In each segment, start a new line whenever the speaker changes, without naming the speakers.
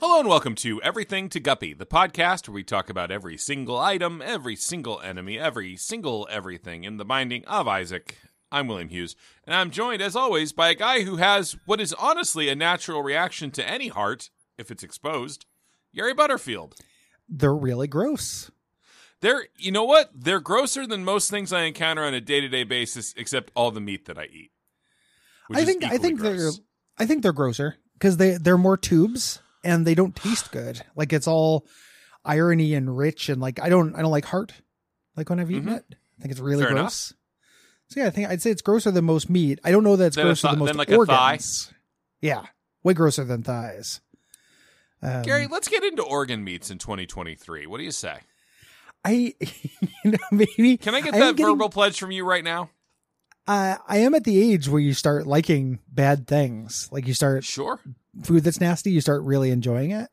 Hello and welcome to Everything to Guppy, the podcast where we talk about every single item, every single enemy, every single everything in the binding of Isaac. I'm William Hughes, and I'm joined, as always, by a guy who has what is honestly a natural reaction to any heart, if it's exposed, Yari Butterfield.
They're really gross.
They're, you know what? They're grosser than most things I encounter on a day to day basis, except all the meat that I eat. which
I
is
think I
equally
think
gross.
they're I think they're grosser because they they're more tubes and they don't taste good. Like it's all irony and rich and like I don't I don't like heart. Like when I've eaten
Mhm.
it, I think it's really
Fair enough.
gross. So yeah, I think I'd say it's grosser than most meat. I don't know that it's
Than a
grosser
thi-
than most
than like a thigh?
organs. Yeah, way grosser than thighs. Um,
Gary, let's get into organ meats in 2023. What do you say?
I you know, maybe
Can I get
I am
that
getting-
verbal pledge from you right now?
uh, I am at the age where you start liking bad things. Like you start
Sure.
food that's nasty, you start really enjoying it.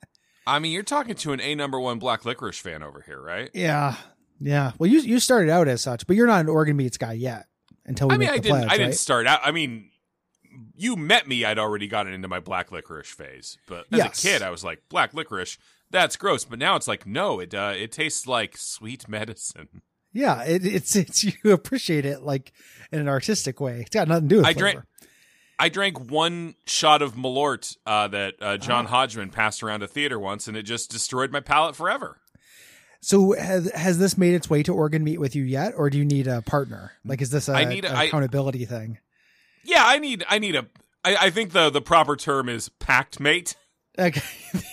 I mean, you're talking to an A number one black licorice fan over here, right?
Yeah, yeah. Well, you you started out as such, but you're not an organ meats guy yet. Until we
I mean,
make
I
the
didn't.
pledge,
I didn't
right?
start out. I mean, you met me. I'd already gotten into my black licorice phase, but as
Yes.
a kid, I was like black licorice. That's gross. But now it's like no. It uh, it tastes like sweet medicine.
yeah, it, it's it's you appreciate it like in an artistic way. It's got nothing to do with
I
flavor.
drank. I drank one shot of Malort uh, that uh, John
Ah.
Hodgman passed around a theater once, and it just destroyed my palate forever.
So has has this made its way to organ meat with you yet, or do you need a partner? Like, is this a
I need-
a
I-
accountability thing?
Yeah, I need. I need a. I, I think the the proper term is pact mate.
Okay,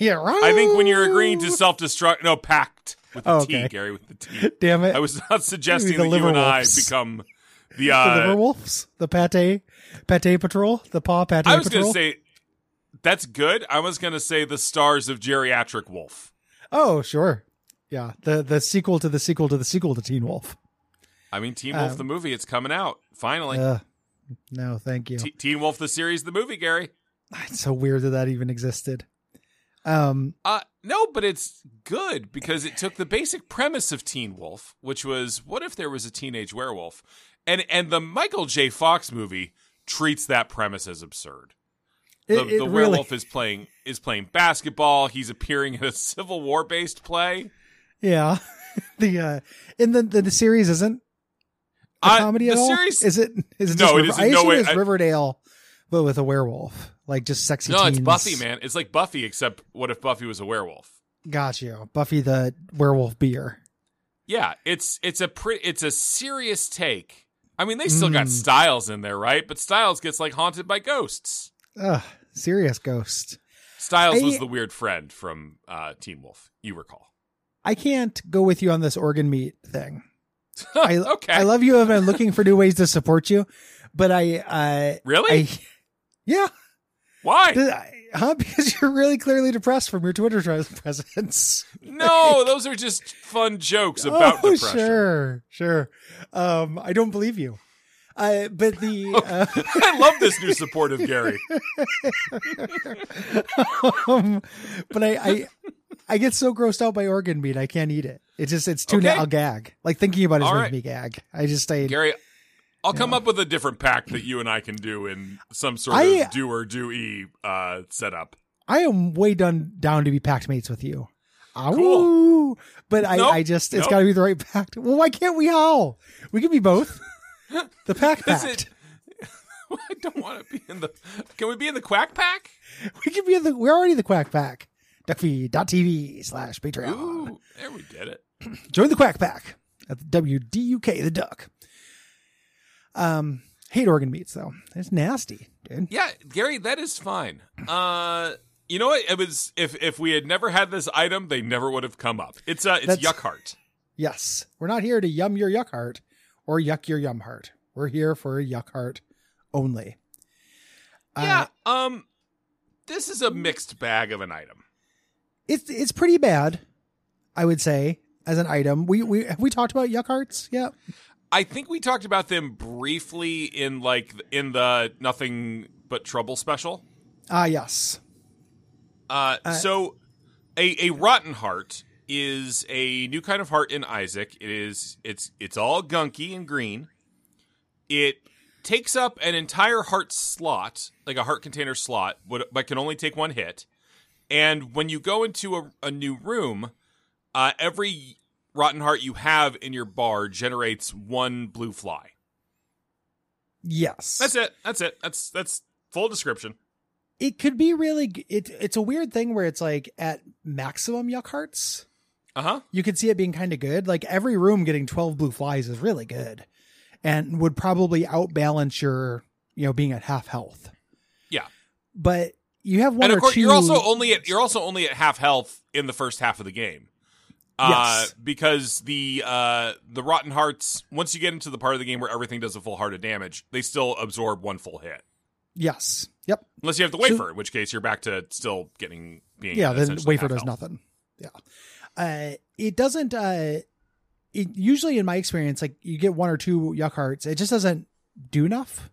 yeah, right.
I think when you're agreeing to self destruct, no pact with the
Oh,
T,
okay.
Gary, with the T.
damn it,
I was not suggesting
the
that you and I
Liverwolves.
become the.
the liver
Uh,
wolves, the pate pate patrol, the paw pate
I was going
patrol.
to say that's good. I was going to say the stars of geriatric wolf.
oh, sure, yeah, the the sequel to the sequel to the sequel to Teen Wolf.
I mean, Teen Wolf
Um, uh,
the movie. It's coming out finally.
Ugh. no, thank you.
T- Teen Wolf the series, the movie, Gary.
It's so weird that that even existed. Um,
Uh, no, but it's good because it took the basic premise of Teen Wolf, which was what if there was a teenage werewolf, and and the Michael J. Fox movie treats that premise as absurd.
it,
the,
it
the
really,
werewolf is playing is playing basketball. He's appearing in a Civil War based play.
yeah. the uh, and then the, the series isn't a
Uh,
comedy
the
at all.
series-
is it? Is it
No,
just
it
River-
is
I
in no
assume
way-
it's
I-
Riverdale, but with a werewolf, like just sexy.
No, it's
teens.
Buffy, man. It's like Buffy, except what if Buffy was a werewolf?
Got you, Buffy the werewolf beer.
Yeah, it's it's a pre- it's a serious take. I mean, they still got
Mm.
Styles in there, right? But Styles gets like haunted by ghosts.
Ugh, serious ghost.
Styles
I-
was the weird friend from uh, Teen Wolf, you recall.
I can't go with you on this organ meat thing. I,
okay.
I love you, and I'm looking for new ways to support you, but I, uh,
really?
I, yeah,
Why?
Did I- huh? Because you're really clearly depressed from your Twitter tri- presence.
no, those are just fun jokes about
oh,
depression.
sure, sure. Um, I don't believe you. Uh, but the
I love this new supportive Gary.
uh, um, but I, I I get so grossed out by organ meat I can't eat it. It just it's too
Okay.
now I'll gag. Like thinking about it
All
makes
right.
me gag. I just I
Gary, I'll come
Yeah.
up with a different pact that you and I can do in some sort
I-
of do or do e uh, setup.
I am way done down to be packed mates with you. Ow.
Cool.
But I,
Nope.
I just it's
Nope.
got to be the right pact. Well, why can't we all? We can be both. The pack
Is
pact.
it- I don't want to be in the. Can we be in the quack pack?
We could be in the. We're already the Quack Pack. Duckfeed.tv slash Patreon.
Ooh, there we did it.
Join the Quack Pack at the WDUK, the Duck. Um, hate organ meats though. It's nasty, dude.
Yeah, Gary, that is fine. Uh, you know what? It was if if we had never had this item, they never would have come up. It's uh, it's
That's-
yuck heart.
Yes, we're not here to yum your yuck heart or yuck your yum heart. We're here for yuck heart only. Uh,
yeah. Um, this is a mixed bag of an item.
it's it's pretty bad, I would say, as an item. We we have we talked about yuck hearts yet?
I think we talked about them briefly in like in the nothing but trouble special.
Ah, yes.
Uh,
Uh,
so a, a rotten heart is a new kind of heart in Isaac. It is it's it's all gunky and green. It takes up an entire heart slot, like a heart container slot, would- but can only take one hit. And when you go into a, a new room, uh, every rotten heart you have in your bar generates one blue fly.
Yes.
That's it. That's it. That's that's full description.
it could be really g- it it's a weird thing where it's like at maximum yuck hearts
Uh huh.
you could see it being kind of good like every room getting 12 blue flies is really good and would probably outbalance your you know being at half health
Yeah.
but you have one
and
or
of course,
two
you're also only at you're also only at half health in the first half of the game. Uh,
Yes.
because the uh, the rotten hearts once you get into the part of the game where everything does a full heart of damage, they still absorb one full hit.
yes yep
Unless you have to wait
So-
for it, in which case you're back to still getting being
yeah then
essentially
wafer
half
does
health.
nothing yeah uh it doesn't uh it usually in my experience like you get one or two yuck hearts it just doesn't do enough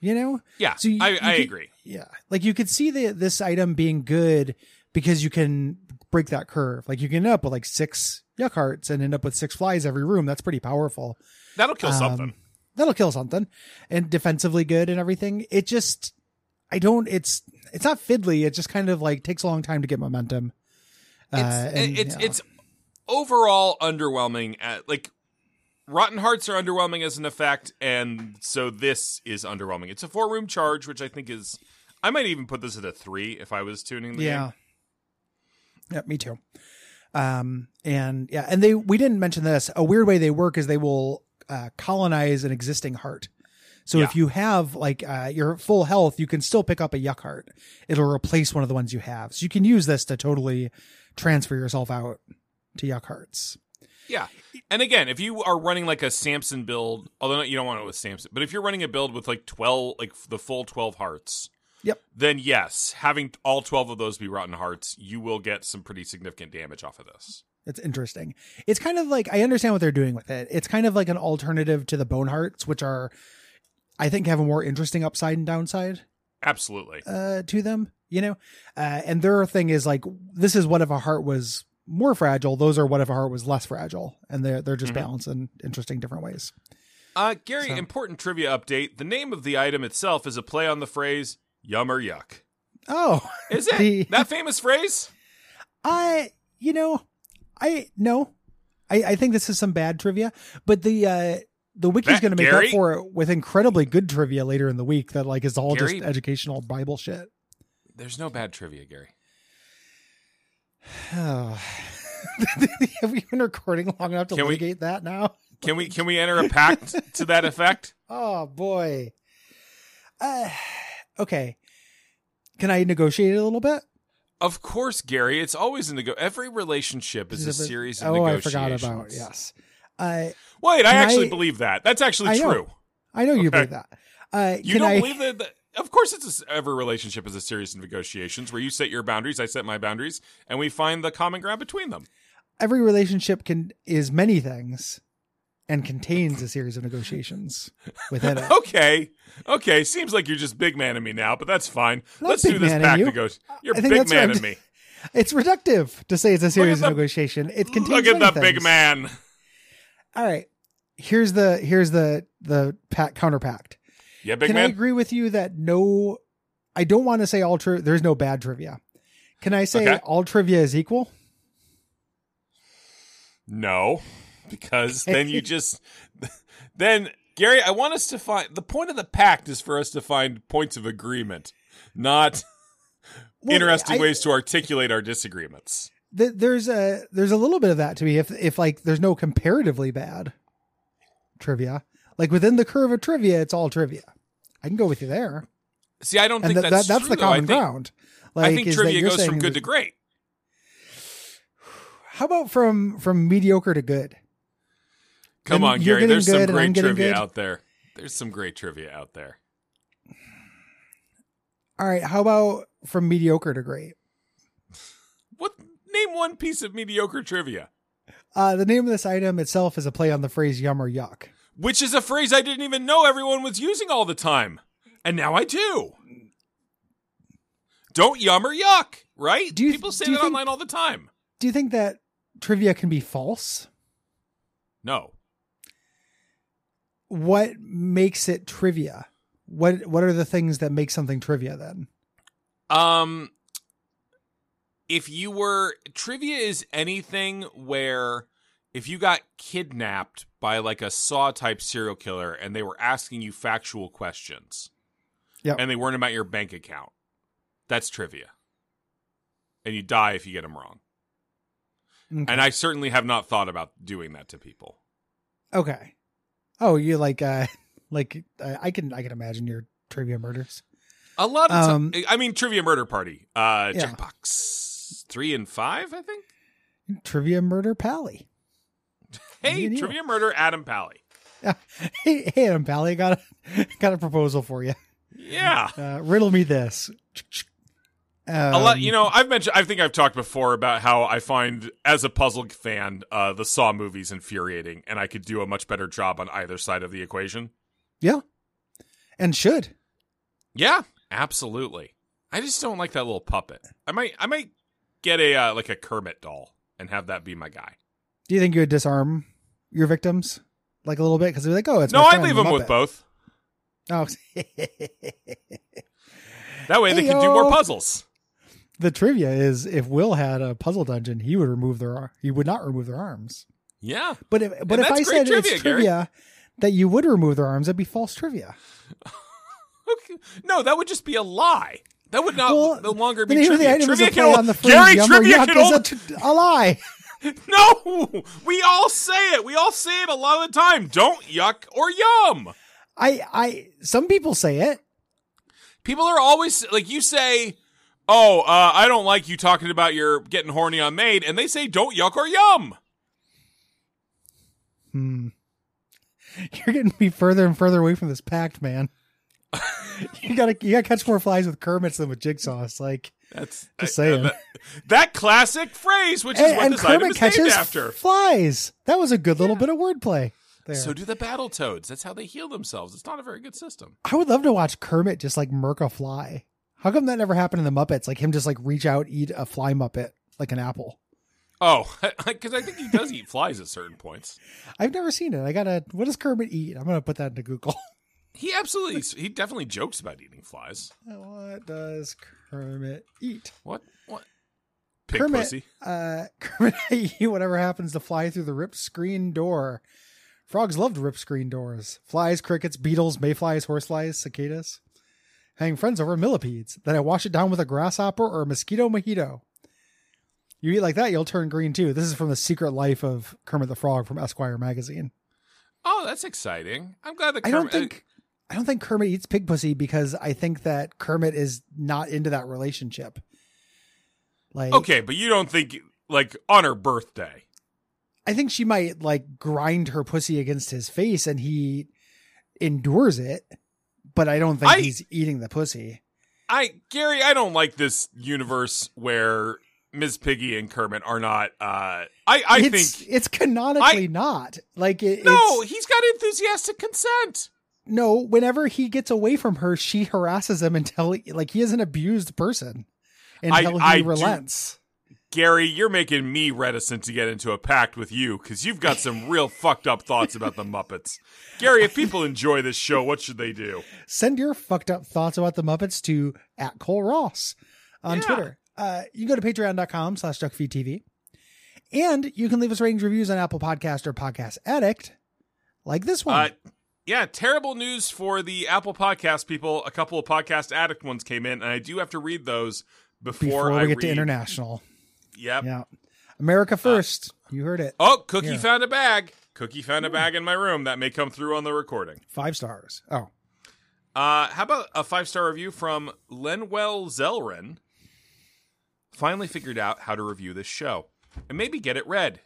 you know
Yeah,
So you-
I,
you
I
can-
agree.
Yeah. Like you could see the this item being good because you can break that curve. Like you can end up with like six yuck hearts and end up with six flies every room. That's pretty powerful.
That'll kill
Um,
something.
That'll kill something. And defensively good and everything. It just I don't it's it's not fiddly. It just kind of like takes a long time to get momentum. Uh,
It's
and,
it's
yeah.
it's overall underwhelming. At, like rotten hearts are underwhelming as an effect, and so this is underwhelming. It's a four room charge, which I think is. I might even put this at a three if I was tuning the game.
Yeah. Yeah, me too. Um, and yeah, and they we didn't mention this. A weird way they work is they will uh, colonize an existing heart. So if you have like uh, your full health, you can still pick up a yuck heart. It'll replace one of the ones you have. So you can use this to totally transfer yourself out to yuck hearts.
Yeah. And again, if you are running like a Samson build, although you don't want it with Samson, but if you're running a build with like 12, like the full 12 hearts,
Yep.
then yes, having all 12 of those be rotten hearts, you will get some pretty significant damage off of this.
It's interesting. It's kind of like I understand what they're doing with it. It's kind of like an alternative to the bone hearts, which are, I think, have a more interesting upside and downside.
Absolutely.
uh, to them, you know? Uh, and their thing is like, this is what if a heart was more fragile. Those are what if a heart was less fragile. And they're, they're just
Mhm.
balanced in interesting different ways.
Uh, Gary,
So-
important trivia update. The name of the item itself is a play on the phrase yum or yuck.
Oh,
Is it?
The-
that famous phrase?
I, you know, I, no, I, I think this is some bad trivia, but the, uh, the wiki's
That-
going to make
Gary?
up for it with incredibly good trivia later in the week that like is all
Gary?
just educational Bible shit.
There's no bad trivia, Gary.
Oh. Have we been recording long enough to
Can we-
litigate that now?
Can we can we enter a pact to that effect?
Oh boy. Uh, okay. Can I negotiate it a little bit?
Of course, Gary. It's always a nego. Every relationship is a series of
oh, I
negotiations.
forgot about yes. Uh,
Wait, I
Can
actually
I-
believe that. That's actually
I know.
true.
I know you
Okay.
believe that. Uh,
You
can
don't
I?
believe that? that- Of course, it's a s every relationship is a series of negotiations where you set your boundaries, I set my boundaries, and we find the common ground between them.
Every relationship can is many things, and contains a series of negotiations within it.
Okay, okay. Seems like you're just big man in me now, but that's fine.
Not
Let's do
big
this
manning
pact
you.
negotiation. You're
I think
big
that's what
man
I'm
in me.
It's reductive to say it's a series
at
of
the-
negotiation. It contains.
Look at
many
the big
things.
man.
All right. Here's the here's the the pat, counterpact.
Yeah, big
can I
man.
agree with you that no, I don't want to say all true. There's no bad trivia. Can I say
Okay.
all trivia is equal?
No, because then you just then Gary. I want us to find the point of the pact is for us to find points of agreement, not
Well,
interesting
I-
ways to articulate our disagreements.
th- there's a there's a little bit of that to me. If if like there's no comparatively bad trivia, like within the curve of trivia, it's all trivia. I can go with you there,
See, I don't
and
think
that,
that's
that, that's
true,
the
though. I
common
think,
ground. Like,
I think
is that
trivia
you're
goes from
saying
good to
that-
great.
How about from from mediocre to good?
Come
and
on,
you're
Gary.
getting
There's some
good and I'm
great
getting
trivia
good.
out there. There's some great trivia out there.
All right, how about from mediocre to great?
What? Name one piece of mediocre trivia,
Uh, the name of this item itself is a play on the phrase "yum" or "yuck."
which is a phrase I didn't even know everyone was using all the time, and now I do. Don't yum or yuck, right?
Do you-
People say
do you
that
think-
online all the time.
Do you think that trivia can be false?
No,
What makes it trivia? What What are the things that make something trivia? Then
Um, if you were trivia is anything where if you got kidnapped by like a saw type serial killer and they were asking you factual questions
Yep.
and they weren't about your bank account that's trivia and you die if you get them wrong
Okay.
and i certainly have not thought about doing that to people
okay. Oh, you like uh like uh, I can I can imagine your trivia murders.
a lot of
Um,
time i mean trivia murder party uh
Yeah.
checkbox three and five i think
Trivia murder pally.
hey
Yeah.
trivia murder adam pally
Hey, hey Adam Pally, I got a got a proposal for you.
yeah
Uh, riddle me this. Um,
a lot you know i've mentioned i think i've talked before about how i find as a puzzle fan uh the saw movies infuriating and i could do a much better job on either side of the equation
and should.
yeah absolutely i just don't like that little puppet i might i might get a uh, like a kermit doll and have that be my guy
Do you think you would disarm your victims like a little bit because they're like, oh, it's
no
my
i
friend,
leave
the
them with
Muppet.
both
Oh,
that way they can do more
Heyo.
puzzles
the trivia is if Will had a puzzle dungeon, he would remove their ar- he would not remove their arms.
yeah
But if but
And
if
that's great
I said
trivia,
it's
Gary.
trivia that you would remove their arms, that'd be false trivia.
Okay. no that would just be a lie that would not
Well,
no longer
the
be
name of the
trivia.
item is
Trivia
a
can
play
only-
on the phrase
Gary,
"Yum or
trivia
yuck"
can
is
only
a, tr- a lie.
No, we all say it. We all say it a lot of the time. Don't yuck or yum.
I I some people say it.
People are always like you say, "Oh, uh, I don't like you talking about your getting horny on maid," and they say, "Don't yuck or yum."
Hmm. You're getting me further and further away from this pact, man. you gotta you gotta catch more flies with Kermit's than with jigsaws. Like
That's
Just saying.
that, that classic phrase, which is
and,
what
and
this item
Kermit
is named
catches
after.
flies. That was a good little bit of wordplay. There.
So do the battle toads. That's how they heal themselves. It's not a very good system.
I would love to watch Kermit just like murk a fly. How come that never happened in the Muppets? Like him just like reach out, eat a fly Muppet like an apple.
Oh, because I think he does eat flies at certain points.
I've never seen it. I gotta. What does Kermit eat? I'm gonna put that into Google.
He absolutely, he definitely jokes about eating flies.
what does Kermit eat?
What? What? Pig
Kermit.
pussy.
Uh, Kermit, eat whatever happens to fly through the ripped screen door. Frogs loved ripped screen doors. Flies, crickets, beetles, mayflies, horseflies, cicadas. Hang friends over millipedes. Then I wash it down with a grasshopper or a mosquito mojito. You eat like that, you'll turn green too. This is from the Secret Life of Kermit the Frog from Esquire magazine.
Oh, that's exciting. I'm glad uh, that
I don't
Kermit-
think I don't think Kermit eats pig pussy because I think that Kermit is not into that relationship. Like
Okay, but you don't think like on her birthday.
I think she might like grind her pussy against his face and he endures it, but I don't think
I-
he's eating the pussy.
I Gary, I don't like this universe where Ms. Piggy and Kermit are not uh I I
it's,
think
it's canonically not like it,
No,
It's,
he's got enthusiastic consent.
no. Whenever he gets away from her, she harasses him until he, like he is an abused person until
I
he
do-
relents.
Gary, you're making me reticent to get into a pact with you cuz you've got some real fucked up thoughts about the Muppets. Gary, if people enjoy this show, what should they do?
Send your fucked up thoughts about the Muppets to at Cole Ross on
Yeah.
Twitter. Uh, you can go to patreon.com slash duckfeedtv. And you can leave us ratings reviews on Apple Podcast or Podcast Addict, like this one.
Uh, yeah, terrible news for the Apple Podcast people. A couple of podcast addict ones came in, and I do have to read those before,
before we
I
get
read.
to international.
Yep. Uh,
Yeah. America first. you heard it.
Oh, Cookie
Yeah.
found a bag. Cookie found a bag in my room. That may come through on the recording.
Five stars. Oh.
Uh, how about a five star review from Lenwell Zelrin? Finally figured out how to review this show and maybe get it read.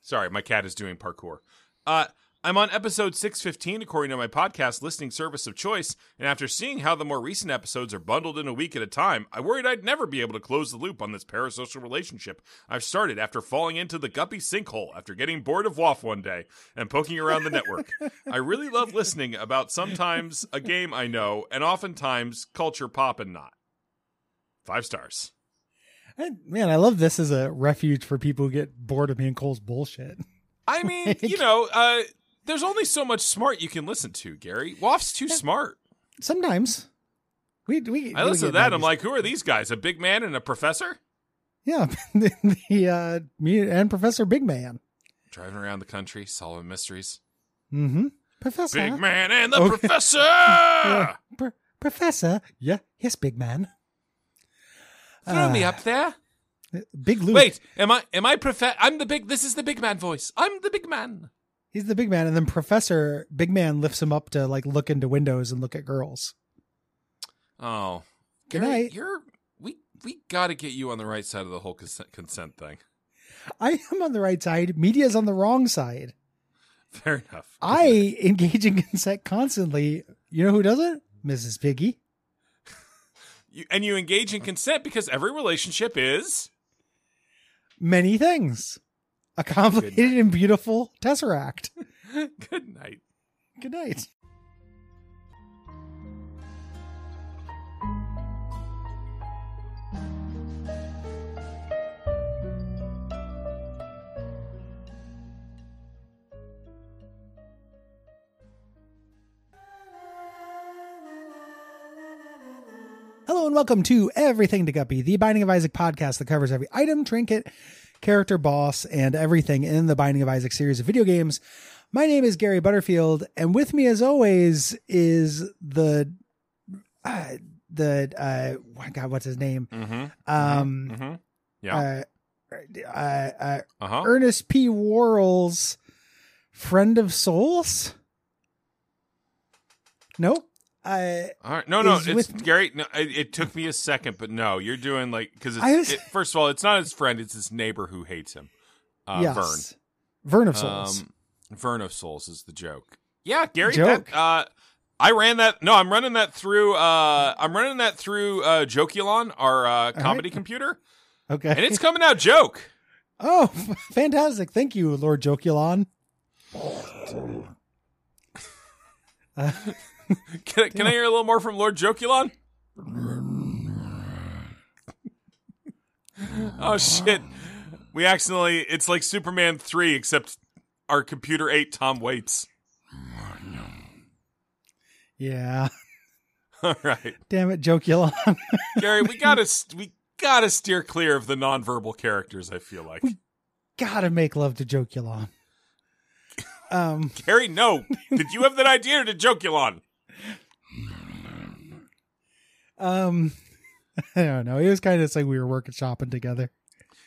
Sorry, my cat is doing parkour. Uh, I'm on episode 615, according to my podcast listening service of choice, and after seeing how the more recent episodes are bundled in a week at a time, I worried I'd never be able to close the loop on this parasocial relationship I've started after falling into the guppy sinkhole after getting bored of WAF one day and poking around the network. I really love listening about sometimes a game I know and oftentimes culture pop and not. Five stars.
I- man, I love this as a refuge for people who get bored of me and Cole's bullshit.
I mean, you know, uh, there's only so much smart you can listen to, Gary. WAF's too smart.
Sometimes. We, we,
I
we
listen to
get
that. I'm
baddies.
like, who are these guys? A big man and a professor?
Yeah, the uh, me and Professor Big Man.
Driving around the country, solving mysteries.
Mm-hmm. Professor.
Big man Ah! and the
Okay.
professor.
Yeah. Pr- professor. Yeah. Yes, Big Man.
Throw me
Ah.
up there.
Uh, Big Luke.
Wait, am I? Am I profe- I'm the big. This is the big man voice. I'm the big man.
He's the big man, and then Professor Big Man lifts him up to like look into windows and look at girls.
Oh,
Good
Gary,
night.
You're we we got to get you on the right side of the whole consent, consent thing.
I am on the right side. Media's on the wrong side.
Fair enough.
I engage in consent constantly. You know who doesn't? Mrs. Piggy.
You, and you engage in consent because every relationship is.
Many things. A complicated and beautiful tesseract.
Good night.
Good night. Hello and welcome to Everything to Guppy, the Binding of Isaac podcast that covers every item, trinket, character, boss, and everything in the Binding of Isaac series of video games. My name is Gary Butterfield, and with me, as always, is the uh, the uh, oh God, what's his name?
Mm-hmm.
Um,
Mm-hmm. Yeah.
uh, uh, uh,
Uh huh.
Ernest P. Worrell's friend of souls. No, uh,
All right. No, no.
is
It's
with-
Gary. No, it, it took me a second, but no, you're doing like because
I
it's
was-
it, first of all, it's not his friend; it's his neighbor who hates him. Uh, Vern.
yes, Vern. of Souls.
Um, Vern of Souls is the joke. Yeah, Gary.
Joke.
That, uh, I ran that. No, I'm running that through. Uh, I'm running that through uh, Jokulon, our uh, comedy computer,
okay,
and it's coming out joke.
Oh, fantastic. Thank you, Lord Jokulon.
Can, I- can I hear a little more from Lord Jokulon? oh shit! We accidentally. It's like Superman three, except our computer ate Tom Waits.
Yeah.
All right,
Damn it, Jokulon.
Gary. We gotta st- we gotta steer clear of the nonverbal characters. I feel like
Gotta make love to Jokulon. Um,
Gary. No, did you have that idea or did Jokulon?
um, I don't know. It was kind of it's like we were working shopping together.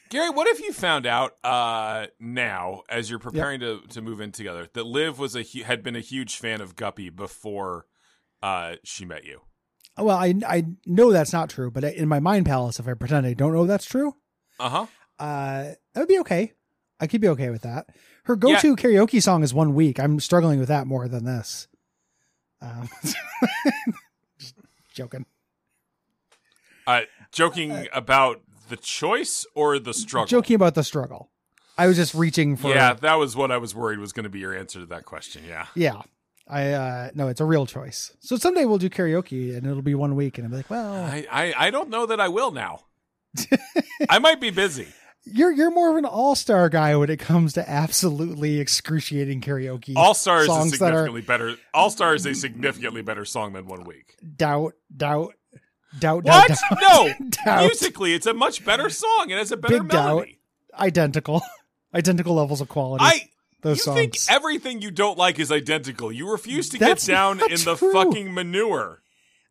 Gary, what have you found out uh, now as you're preparing to, to move in together that Liv was a hu- had been a huge fan of Guppy before uh, she met you?
Well, I, I know that's not true, but in my mind palace, if I pretend I don't know that's true,
Uh huh.
uh, that would be okay. I could be okay with that. Her go-to karaoke song is One Week. I'm struggling with that more than this. Um, just joking.
Uh, joking about the choice or the struggle?
joking about the struggle. I was just reaching for
yeah, that was what I was worried was going to be your answer to that question. Yeah.
Yeah. I uh no, it's a real choice. So someday we'll do karaoke and it'll be one week and I'll be like, well,
I, I, I don't know that I will now. I might be busy.
you're you're more of an all-star guy when it comes to absolutely excruciating karaoke.
All Stars is
Songs that are-
significantly better. All Star is a significantly better song than One Week.
doubt, doubt, doubt,
What?
doubt, doubt,
No.
doubt.
Musically, it's a much better song. It has a better
Big doubt.
melody.
identical. identical levels of quality.
I
those
you
songs.
think everything you don't like is identical. You refuse to
That's
get down
not
in the
true.
fucking manure.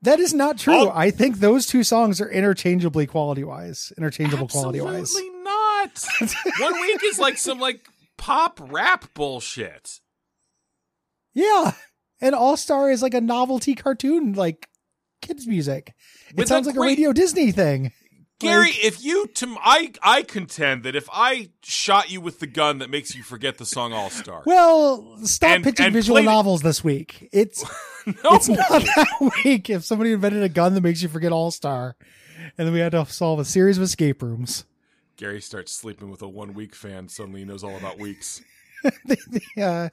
that is not true.
All-
I think those two songs are interchangeably quality wise. Interchangeable quality wise.
Absolutely not. One week is like some like pop rap bullshit.
Yeah. And All Star is like a novelty cartoon, like kids' music. It
With
sounds
a
like
great-
a Radio Disney thing.
Gary, if you to I I contend that if I shot you with the gun that makes you forget the song All Star.
Well, stop
And-
pitching
and
visual
play the-
novels this week. It's
no,
it's not that week. If somebody invented a gun that makes you forget All Star, and then we had to solve a series of escape rooms.
Gary starts sleeping with a one week fan. Suddenly, he knows all about weeks.
the, the, uh,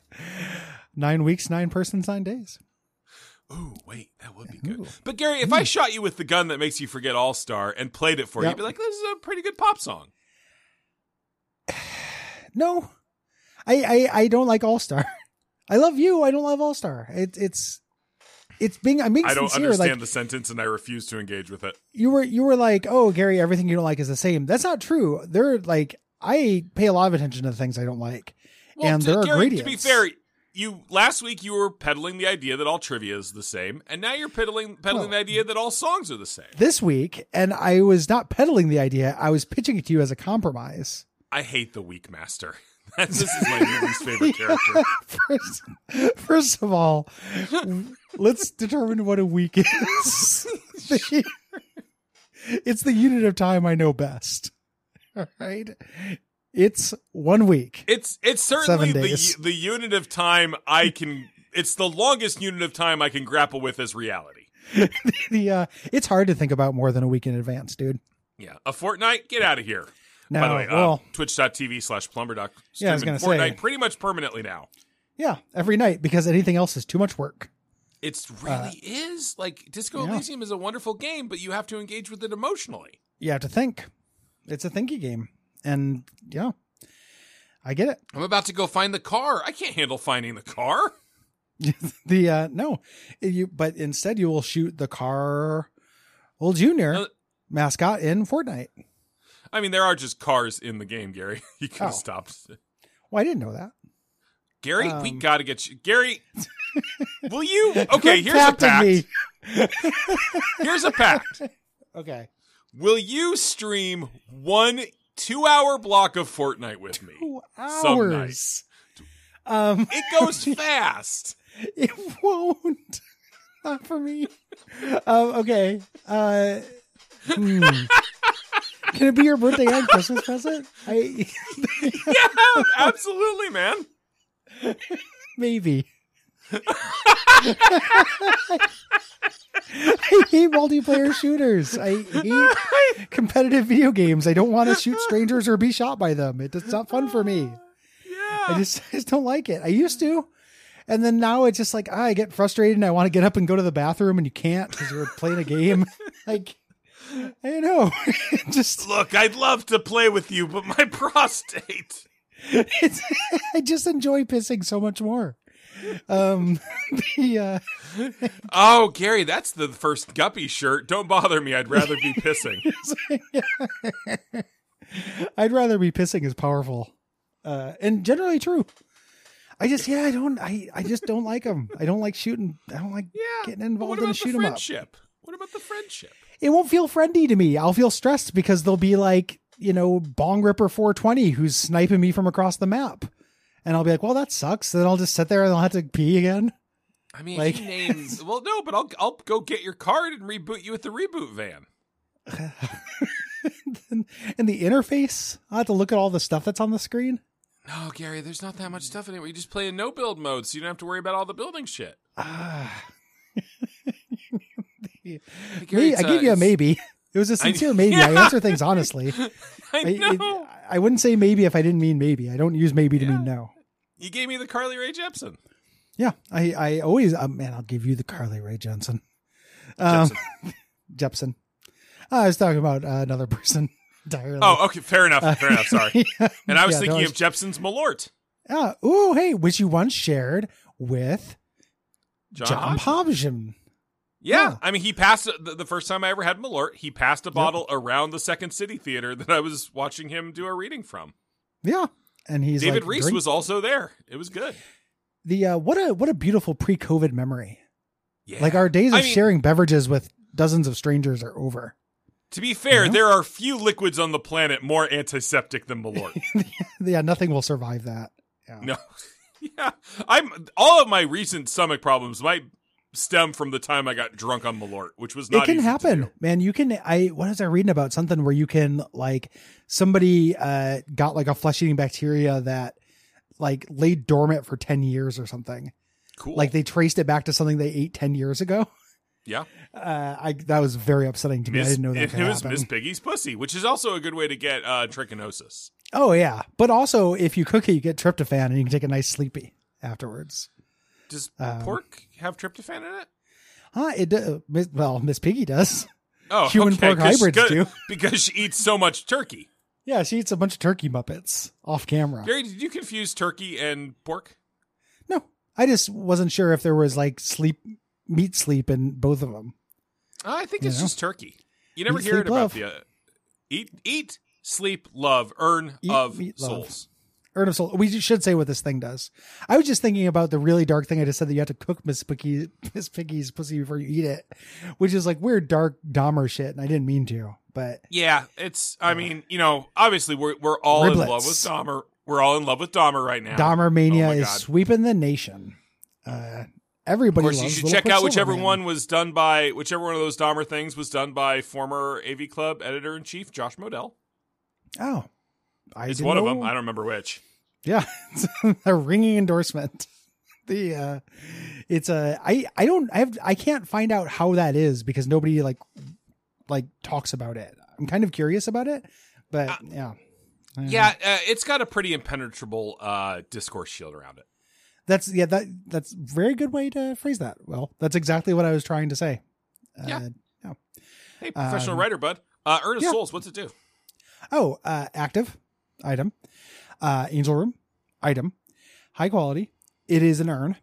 nine weeks, nine persons, nine days.
Ooh, wait, that would be good. But Gary,
Hmm.
if I shot you with the gun that makes you forget All Star and played it for you, you'd
Yep.
be like, "This is a pretty good pop song."
No, I I, I don't like All Star. I love you. I don't love All Star. It, it's it's being I'm being
I don't
sincere.
understand
Like
the sentence and I refuse to engage with it.
you were you were like, oh Gary, everything you don't like is the same. That's not true. They're like I pay a lot of attention to the things I don't like, and
to,
there are
Gary,
gradients.
to be fair, you last week you were peddling the idea that all trivia is the same, and now you're peddling peddling
Well-
the idea that all songs are the same.
this week, and I was not peddling the idea. I was pitching it to you as a compromise.
I hate the weak master. this is my new least favorite character.
First, first of all, let's determine what a week is. The- it's the unit of time I know best. All right. It's one week.
It's it's certainly
Seven
the
days.
the unit of time I can. It's the longest unit of time I can grapple with as reality.
The uh, it's hard to think about more than a week in advance, dude.
Yeah, a fortnight. Get out of here.
No,
By the way, uh,
well,
twitch.tv slash plumber doc.
Yeah, I was gonna say.
Fortnite pretty much permanently now.
yeah, every night because anything else is too much work.
It's really is like Disco
yeah.
Elysium is a wonderful game, but you have to engage with it emotionally.
You have to think. It's a thinky game, and yeah, I get it.
I'm about to go find the car. I can't handle finding the car.
The uh no, you but instead you will shoot the car, old junior
Uh,
mascot in Fortnite.
I mean, there are just cars in the game, Gary. You could have
Oh.
stopped.
Well, I didn't know that.
Gary, we
Um.
gotta get you. Gary, will you? Okay,
Quit
here's a
tapping
pact.
me.
Here's a pact.
Okay,
Will you stream one two-hour block of Fortnite with me?
two
Some night.
hours. Um,
It goes fast.
it won't. Not for me. Um, okay. Uh, hmm. Can it be your birthday and Christmas present? I
yeah, Oh, absolutely, man.
maybe. I hate multiplayer shooters. I hate competitive video games. I don't want to shoot strangers or be shot by them. It- It's not fun for me. I
Yeah.
just, I just don't like it. I used to. And then now it's just like, ah, I get frustrated and I want to get up and go to the bathroom and you can't because you're playing a game. like, I don't know. It just,
Look, I'd love to play with you, but my prostate.
it's, I just enjoy pissing so much more. Um, the, uh,
Oh, Gary, that's the first Guppy shirt. Don't bother me. I'd rather be pissing.
I'd rather be pissing is powerful, uh, and generally true. I just, yeah, I don't, I, I just don't like them. I don't like shooting. I don't like
Yeah.
getting
but What
involved in
about
a
the
shoot 'em up.
friendship? What about the friendship?
It won't feel friendly to me. I'll feel stressed because they'll be like, you know, Bong Ripper 420 who's sniping me from across the map, and I'll be like, well, that sucks. Then I'll just sit there and I'll have to pee again.
I mean,
Like-
he names. Well, no, but I'll I'll go get your card and reboot you with the reboot van.
and, and the interface, I'll have to look at all the stuff that's on the screen.
No, Gary, there's not that much stuff anywhere. You just play in no build mode, so you don't have to worry about all the building shit.
Ah.
Hey, Gary,
Me,
it's, uh,
I gave you a
it's-
maybe. It was a
I-
sincere maybe. I
Yeah.
answer things honestly.
I
I, it-
know.
I wouldn't say maybe if I didn't mean maybe. I don't use maybe to
Yeah.
mean no.
you gave me the Carly Rae Jepsen.
Yeah, I, I always, uh, man, I'll give you the Carly Ray Johnson. Um,
Jepsen.
Jepsen. I was talking about uh, another person entirely. Uh,
Oh, okay. Fair enough. Fair enough. Sorry.
Yeah.
And I was
Yeah,
thinking
no,
of Jepsen's Malort.
Ah, ooh, hey, which you once shared with
John.
John
Hodge.
Hobson.
yeah.
yeah.
I mean, he passed uh, the, the first time I ever had Malort. He passed a bottle around the Second City Theater that I was watching him do a reading from.
Yeah, and he's
David
like,
Reese
drink-
was also there. It was good.
the uh, what a what a beautiful pre-COVID memory.
Yeah.
Like our days of
I mean-
sharing beverages with dozens of strangers are over.
to be fair,
Yeah.
there are few liquids on the planet more antiseptic than Malort.
yeah, nothing will survive that. Yeah.
no. yeah. I'm all of my recent stomach problems might stem from the time I got drunk on Malort, which was not
it can
easy to
happen,
do.
man. You can. I what was I reading about something where you can like somebody uh got like a flesh eating bacteria that like laid dormant for ten years or something.
Cool.
Like they traced it back to something they ate ten years ago.
yeah.
Uh, I that was very upsetting to me. I
Miss-
didn't know that
it,
could
it was
happen.
Miss Piggy's pussy, which is also a good way to get uh, trichinosis.
oh yeah, but also if you cook it, you get tryptophan, and you can take a nice sleepy afterwards.
Does
Um,
pork have tryptophan in it?
Huh? It do- Miss- well, Miss Piggy does.
Oh,
Human
okay,
pork
'cause she-
hybrids do.
because she eats so much turkey.
Yeah, she eats a bunch of turkey muppets off camera.
Gary, did you confuse turkey and pork?
No, I just wasn't sure if there was like sleep meat sleep in both of them.
Uh, I think
You
it's
know?
just turkey. You never
Eat,
hear
sleep,
it about
love.
the uh, eat, eat, sleep, love, earn
Eat,
of
meat, love.
souls.
Urn of Soul. We ju- should say what this thing does. I was just thinking about the really dark thing I just said that you have to cook Miss Piggy, Miss Piggy's pussy before you eat it, which is like weird dark Dahmer shit, and I didn't mean to, but
Yeah, it's. I mean, you know, obviously we're we're all in love with
Riblets.
Dahmer. We're all in love with Dahmer right now.
Dahmer mania
Oh my
is
God.
sweeping the nation. Uh,
Of
everybody.
course, you
loves
should
Little
check out
Quicksilver
whichever
Man.
one was done by whichever one of those Dahmer things was done by former AV Club editor in chief Josh Modell.
Oh, I
It's
didn't
one of
know-
them. I don't remember which.
Yeah, it's a ringing endorsement. The uh it's a I I don't I have I can't find out how that is because nobody like like talks about it. I'm kind of curious about it, but
Uh,
yeah.
Yeah,
Mm-hmm.
uh, it's got a pretty impenetrable uh, discourse shield around it.
That's yeah, that that's a very good way to phrase that. Well, that's exactly what I was trying to say.
Yeah.
Uh,
Hey, professional
Um,
writer, bud. Uh, Earn of
yeah.
Souls, what's it do?
Oh, uh, active item, uh, angel room item, high quality. It is an urn.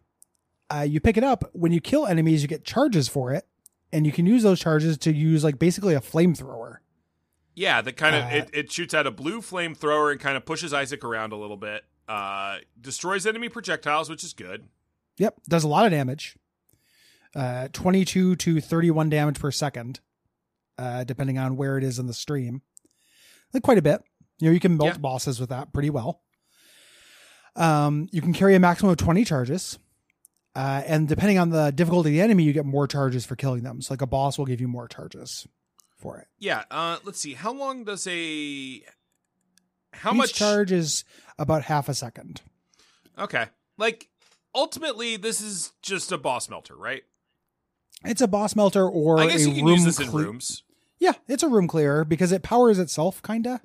Uh, you pick it up when you kill enemies. You get charges for it, and you can use those charges to use like basically a flamethrower.
Yeah, that kind of
Uh,
it, it shoots out a blue flamethrower and kind of pushes Isaac around a little bit. Uh, destroys enemy projectiles, which is good.
Yep, does a lot of damage. Uh, twenty-two to thirty-one damage per second, uh, depending on where it is in the stream. Like quite a bit. You know, you can melt
Yeah.
bosses with that pretty well. Um, you can carry a maximum of twenty charges, uh, and depending on the difficulty of the enemy, you get more charges for killing them. So, like a boss will give you more charges for it.
Yeah. Uh, let's see. How long does a how
Each
much
charge is about half a second.
Okay. Like ultimately, this is just a boss melter, right?
It's a boss melter or
I guess
a
you can
room
use this in
cle-
rooms.
Yeah, it's a room clearer because it powers itself kinda.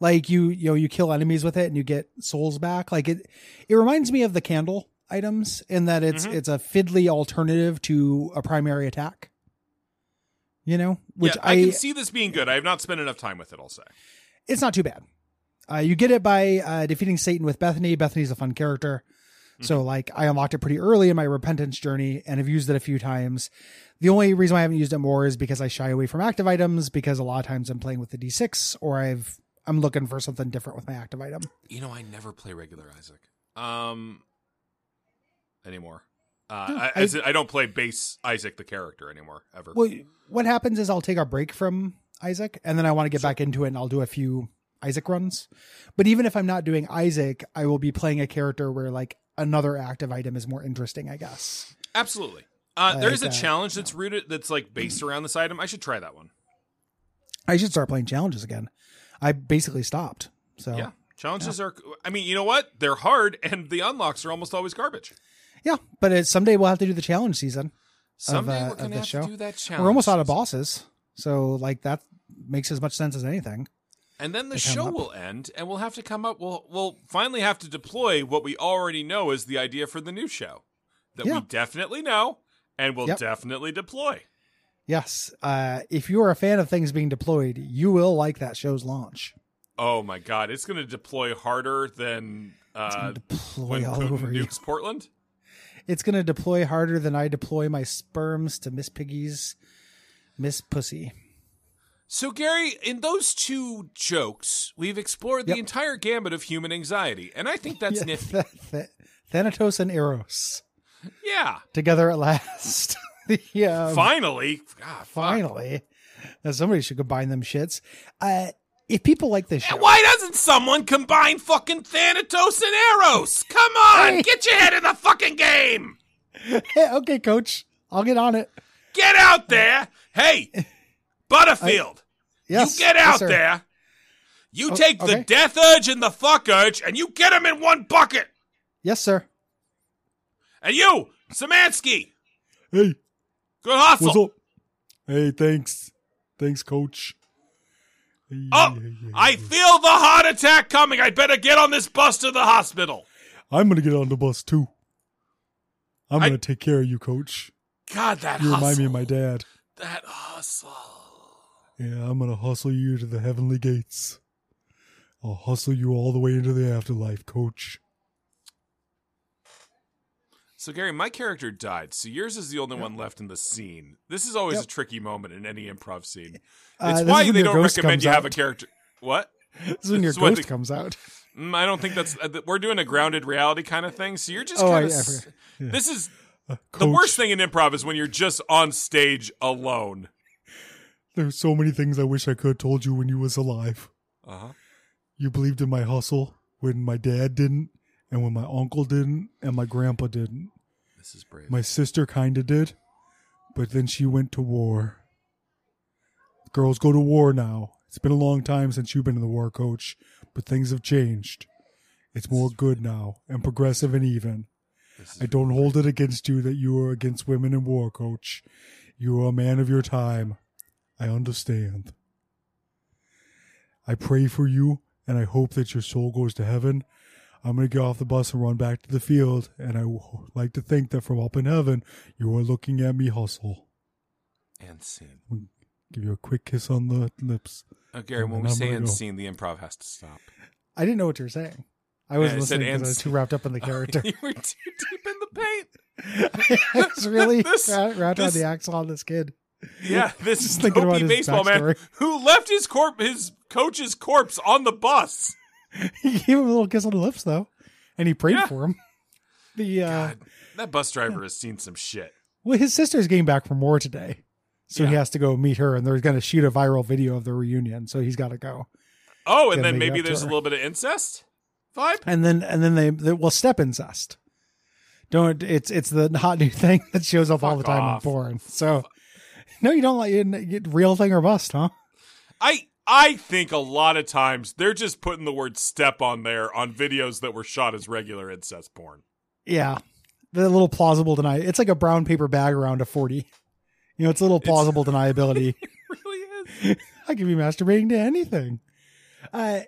Like you you know, you kill enemies with it and you get souls back. Like it it reminds me of the candle items in that it's
Mhm.
it's a fiddly alternative to a primary attack. You know? Which
yeah,
I,
I can see this being good. I have not spent enough time with it. I'll say.
it's not too bad. Uh, you get it by uh, defeating Satan with Bethany. Bethany's a fun character. So like I unlocked it pretty early in my repentance journey and have used it a few times. The only reason why I haven't used it more is because I shy away from active items because a lot of times I'm playing with the D6 or I've I'm looking for something different with my active item.
You know, I never play regular Isaac. Um, anymore. Uh,
No,
I,
I-
as in, I don't play base Isaac the character anymore ever.
Well, what happens is I'll take a break from Isaac and then I want to get back into it and I'll do a few Isaac runs. But even if I'm not doing Isaac, I will be playing a character where like another active item is more interesting, I guess.
Absolutely. Uh, there
Like,
is a
uh,
challenge that's rooted that's like based around this item. I should try that one.
I should start playing challenges again. I basically stopped. So
Yeah. Challenges are I mean, you know what? They're hard and the unlocks are almost always garbage.
Yeah, but it, someday we'll have to do the challenge season.
Someday
uh,
we're
of
gonna
this
have
show.
to do that challenge.
We're almost out of bosses, so like that makes as much sense as anything.
And then the
They come
show
up.
will end and we'll have to come up we'll we'll finally have to deploy what we already know is the idea for the new show. That
Yeah.
we definitely know and we'll
Yep.
definitely deploy.
Yes, uh, if you are a fan of things being deployed, you will like that show's launch.
Oh my god, it's gonna deploy harder than uh
Deploy
when
all
Putin
over you.
nukes Portland.
It's going to deploy harder than I deploy my sperms to Miss Piggy's Miss Pussy.
So, Gary, in those two jokes, we've explored
Yep.
the entire gamut of human anxiety, and I think that's
Yeah,
nifty.
Th- Th- Thanatos and Eros
Yeah,
together at last. yeah,
finally. Ah, God, fuck.
finally. Now, somebody should combine them shits. Uh, if people like this show,
And Why doesn't someone combine fucking Thanatos and Eros? Come on,
Hey.
get your head in the fucking game.
okay, coach, I'll get on it.
Get out there. Hey, Butterfield,
Yes,
you get
yes,
out
sir.
there. You
O-
take the
okay.
death urge and the fuck urge, and you get them in one bucket.
Yes, sir.
And you, Samansky,
Hey,
good hustle.
up? Hey, thanks, thanks, coach.
Oh, I feel the heart attack coming. I better get on this bus to the hospital.
I'm gonna get on the bus too. I'm
I- gonna
take care of you, coach.
God, that hustle.
dad.
That hustle.
Yeah, I'm gonna hustle you to the heavenly gates. I'll hustle you all the way into the afterlife, coach.
So Gary, my character died. So yours is the only one left in the scene. This is always
Yep.
a tricky moment in any improv scene.
Uh,
It's
this is
why
when
they
your
don't
ghost
recommend
comes
you have a
out.
character. What?
This is when your
This is when
ghost
the-
comes out.
Mm, I don't think that's uh, th- we're doing a grounded reality kind of thing. So you're just
Oh,
kind
I- I
of. s-
forgot.
This is
Uh,
the worst thing in improv is when you're just on stage alone.
There's so many things I wish I could have told you when you was alive.
Uh-huh.
You believed in my hustle when my dad didn't, and when my uncle didn't, and my grandpa didn't.
This is brave.
My sister kinda did, but then she went to war. Girls go to war now. It's been a long time since you've been in the war, coach, but things have changed. It's more good now, and progressive and even.
This
I don't hold it against you that you are against women in war, coach. You are a man of your time. I understand. I pray for you, and I hope that your soul goes to heaven. I'm going to get off the bus and run back to the field, and I w- like to think that from up in heaven, you are looking at me hustle.
and scene.
Give you a quick kiss on the lips.
Oh, Gary, when
And
we
I'm
say
gonna
end
go.
scene, the improv has to stop.
I didn't know what you were saying. I wasn't
Yeah, I said
listening because I
and-
was too wrapped up in the character.
you were too deep in the paint.
I was really
This-
wrapped wrapped around
this-
the axle on this kid.
Yeah, this is
thinking about
dopey
his
baseball man
backstory.
who left his corp his coach's corpse on the bus.
he gave him a little kiss on the lips though, and he prayed
Yeah.
for him. The uh,
God, that bus driver has seen some shit.
well, his sister's getting back from war today, so he
Yeah.
has to go meet her, and they're going to shoot a viral video of the reunion. So he's got to go,
Oh, and
Gotta
then
make it
maybe
up to
there's a
her.
little bit of incest vibe.
and then and then they, they well step incest. Don't it's it's the hot new thing that shows up all the
Fuck
time
off.
in porn. So no, you don't like you get real thing or bust, huh?
I I think a lot of times they're just putting the word step on there on videos that were shot as regular incest porn.
Yeah, the little plausible deny. It's like a brown paper bag around a forty. You know, it's a little plausible deniability.
Really is.
I could be masturbating to anything. Uh,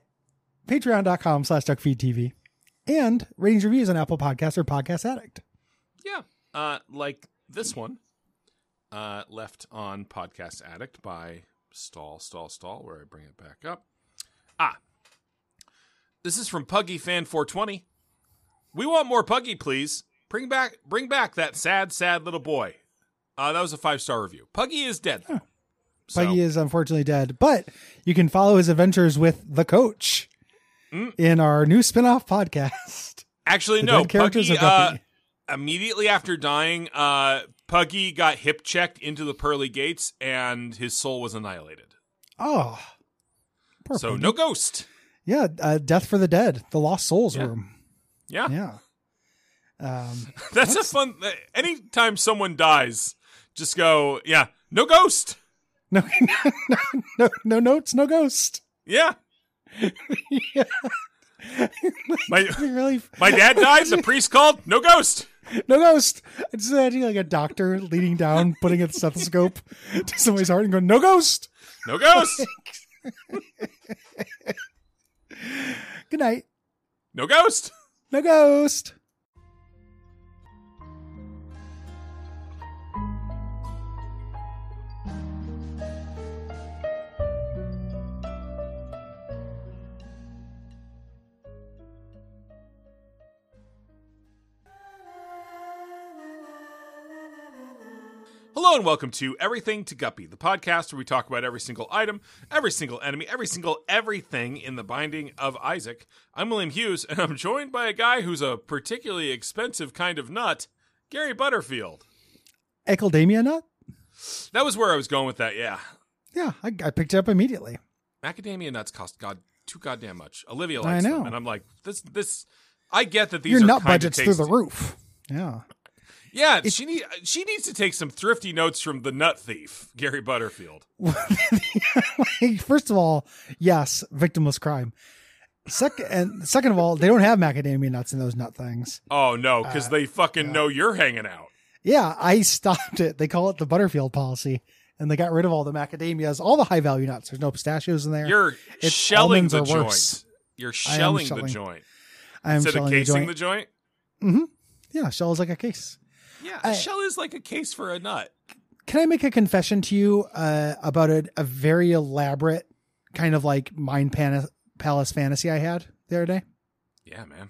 Patreon.com slash DuckFeedTV and ratings reviews on Apple Podcasts or Podcast Addict.
Yeah. Uh like this one. Uh left on Podcast Addict by Stall, Stall, Stall, where I bring it back up. Ah. This is from Puggy Fan 420. We want more Puggy, please. Bring back bring back that sad, sad little boy. Uh that was a five star review. Puggy is dead though. So-
Peggy is unfortunately dead, but you can follow his adventures with the coach
Mm.
in our new spin-off podcast.
Actually,
The
no.
dead characters
Puggy,
of Guppy.
Uh, immediately after dying, uh, Puggy got hip checked into the pearly gates, and his soul was annihilated.
oh. Poor
uh, so
Peggy.
no ghost.
Yeah, uh, Death for the Dead, The Lost Souls
Yeah.
Room.
Yeah,
Yeah. Um,
that's, a fun. Uh, anytime someone dies, just go. Yeah, no ghost.
no, no, no, no notes, no ghost.
Yeah,
yeah,
my
we really
my dad died. The priest called. No ghost.
No ghost. I just imagine like a doctor leaning down, putting a stethoscope to somebody's heart and going, no ghost.
No ghost.
Good night.
No ghost.
No ghost.
Hello and welcome to Everything to Guppy, the podcast where we talk about every single item, every single enemy, every single everything in the binding of Isaac. I'm William Hughes, and I'm joined by a guy who's a particularly expensive kind of nut, Gary Butterfield.
Eckeldamia nut?
That was where I was going with that, yeah.
Yeah, I, I picked it up immediately.
Macadamia nuts cost god too goddamn much. Olivia
I
likes them,
know.
and I'm like, this this I get that these
Your
are
nut
kinda
budget's through the
tasty.
roof. Yeah.
Yeah, she need she needs to take some thrifty notes from the nut thief, Gary Butterfield.
Like, First of all, yes, victimless crime. Second, and second of all, they don't have macadamia nuts in those nut things.
Oh no,
Uh,
because they fucking know you're hanging out.
Yeah, I stopped it. They call it the Butterfield policy, and they got rid of all the macadamias, all the high value nuts. There's no pistachios in there.
You're
It's
shelling
almonds
the
are
joint.
worse.
You're
I am
shelling, the
shelling.
joint
I'm
instead of
shelling the
casing
joint.
the joint.
yeah, shell is like a case.
Yeah,
I-
a shell is like a case for a nut.
Can I make a confession to you uh, about a, a very elaborate kind of like mind pan- palace fantasy I had the other day?
Yeah, man.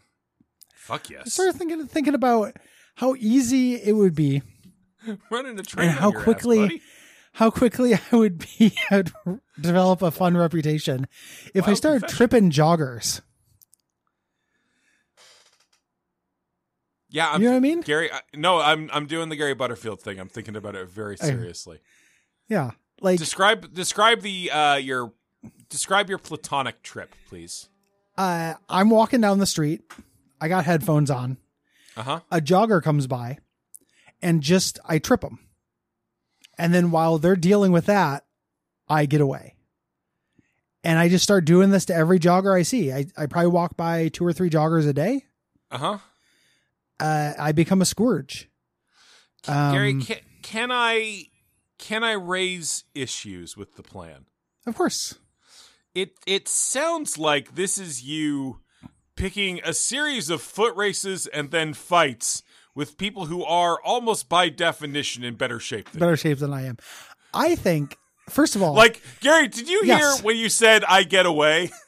Fuck
I
yes.
started thinking thinking about how easy it would be
Running a train.
and
on
how
your ass,
quickly
buddy.
how quickly I would be I'd develop a fun reputation if I
Wild
started
confession.
tripping joggers.
Yeah, I'm,
you know what I mean?
Gary. I, no, I'm I'm doing the Gary Butterfield thing. I'm thinking about it very
Okay.
seriously.
Yeah. Like
Describe describe the uh your describe your platonic trip, please.
uh, I'm walking down the street. I got headphones on.
Uh huh.
A jogger comes by and just I trip them. And then while they're dealing with that, I get away. And I just start doing this to every jogger I see. I, I probably walk by two or three joggers a day.
Uh huh.
Uh, I become a scourge.
Gary,
Um,
can, can I can I raise issues with the plan?
of course.
It it sounds like this is you picking a series of foot races and then fights with people who are almost by definition in better shape than
better shape than I am. I think, first of all,
Like Gary, did you hear
Yes.
when you said "I get away"?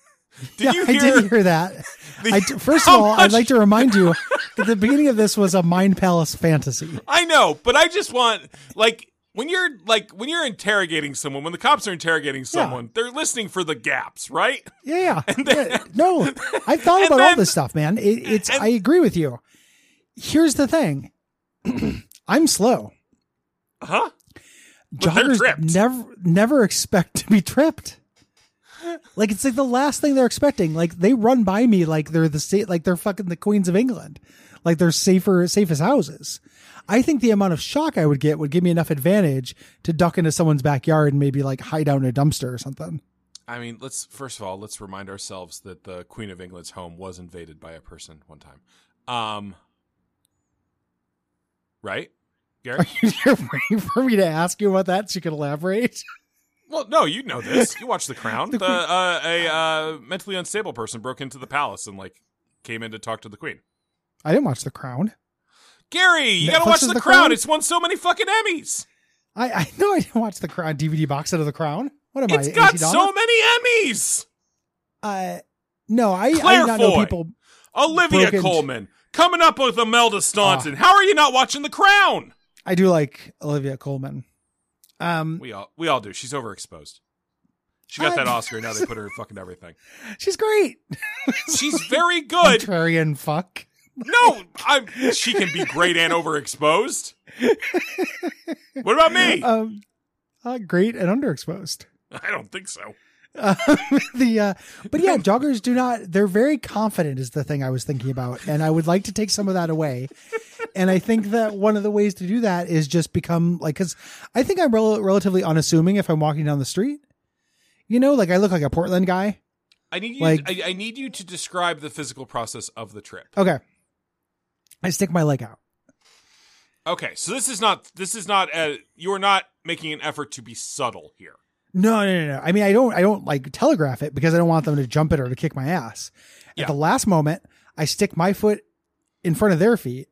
Did
yeah,
you
I
hear?
did hear that.
the-
I d- first of
how
all, I'd
much-
like to remind you that the beginning of this was a Mind Palace fantasy.
I know, but I just want like when you're like when you're interrogating someone, when the cops are interrogating someone, they're listening for the gaps, right?
Yeah, yeah. Yeah. No, I've thought about all
then-
this stuff, man. It, it's.
and-
I agree with you. Here's the thing. I'm slow.
Huh? they're tripped.
Joggers never never expect to be tripped. Like it's like the last thing they're expecting. Like they run by me like they're the state, like they're fucking the queens of England, like they're safer, safe as houses. I think the amount of shock I would get would give me enough advantage to duck into someone's backyard and maybe like hide out in a dumpster or something.
I mean, let's first of all let's remind ourselves that the Queen of England's home was invaded by a person one time. Um, right, Gary?
You're waiting for me to ask you about that so you can elaborate.
Well, no, you know this. You watch The Crown. the, uh, a uh, mentally unstable person broke into the palace and like came in to talk to the Queen.
I didn't watch The Crown.
Gary, you gotta
Netflix
watch
is
The,
The
Crown.
Crown?
It's won so many fucking Emmys.
I I know I didn't watch The Crown DVD box set of The Crown. What am
It's
I?
got
Auntie Donna?
so many Emmys.
Uh, no, I, I did
Claire
not know
Foy.
people.
Olivia
Broken- Ah.
Coleman coming up with Imelda Staunton. How are you not watching The Crown?
I do like Olivia Coleman. Um,
We all we all do. She's overexposed. She got
I-
that Oscar. Now they put her in fucking everything.
she's great.
She's very good.
Contrarian fuck.
No, I'm. She can be great and overexposed. What about me?
Um, uh, great and underexposed.
I don't think so.
Uh, the uh, but yeah, joggers do not. They're very confident is the thing I was thinking about, and I would like to take some of that away. And I think that one of the ways to do that is just become like because I think I'm rel- relatively unassuming if I'm walking down the street. You know, like I look like a Portland guy.
I need you.
Like-
I, I need you to describe the physical process of the trip.
Okay, I stick my leg out.
Okay, so this is not. This is not. A, you are not making an effort to be subtle here.
No, no, no, no. I mean, I don't, I don't like telegraph it because I don't want them to jump it or to kick my ass.
Yeah.
At the last moment, I stick my foot in front of their feet.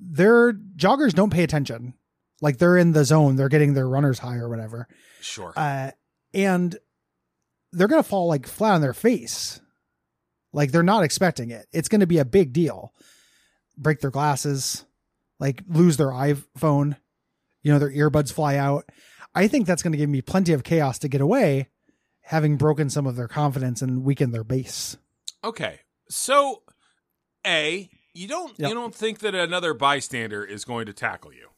Their joggers don't pay attention. Like they're in the zone. They're getting their runners high or whatever.
Sure.
Uh, and they're going to fall like flat on their face. Like they're not expecting it. It's going to be a big deal. Break their glasses, like lose their iPhone, you know, their earbuds fly out. I think that's going to give me plenty of chaos to get away, having broken some of their confidence and weakened their base.
Okay. So A, you don't
Yep.
you don't think that another bystander is going to tackle you.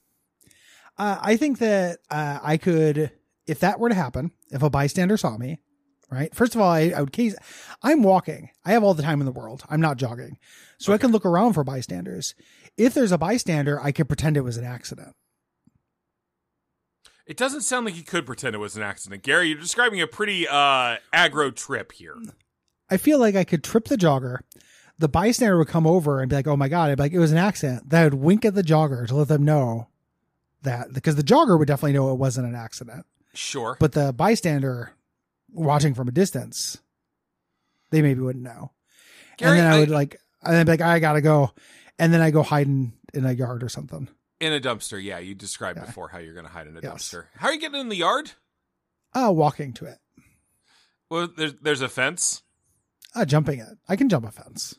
Uh, I think that uh, I could, if that were to happen, if a bystander saw me, right? First of all, I, I would case. I'm walking. I have all the time in the world. I'm not jogging, so I can look around for bystanders. If there's a bystander, I could pretend it was an accident.
It doesn't sound like you could pretend it was an accident. Gary, you're describing a pretty uh aggro trip here.
I feel like I could trip the jogger. The bystander would come over and be like, "Oh my god!" I'd be like, "It was an accident." Then I would wink at the jogger to let them know that because the jogger would definitely know it wasn't an accident.
Sure.
but the bystander watching from a distance, they maybe wouldn't know.
Gary,
and then I,
I-
would like, and then be like, I gotta go, and then I go hiding in a yard or something.
in a dumpster, yeah, you described
Yeah.
before how you're gonna hide in a
Yes.
dumpster. How are you getting in the yard?
Uh, walking to it,
Well, there's there's a fence.
Ah, uh, jumping it. I can jump a fence.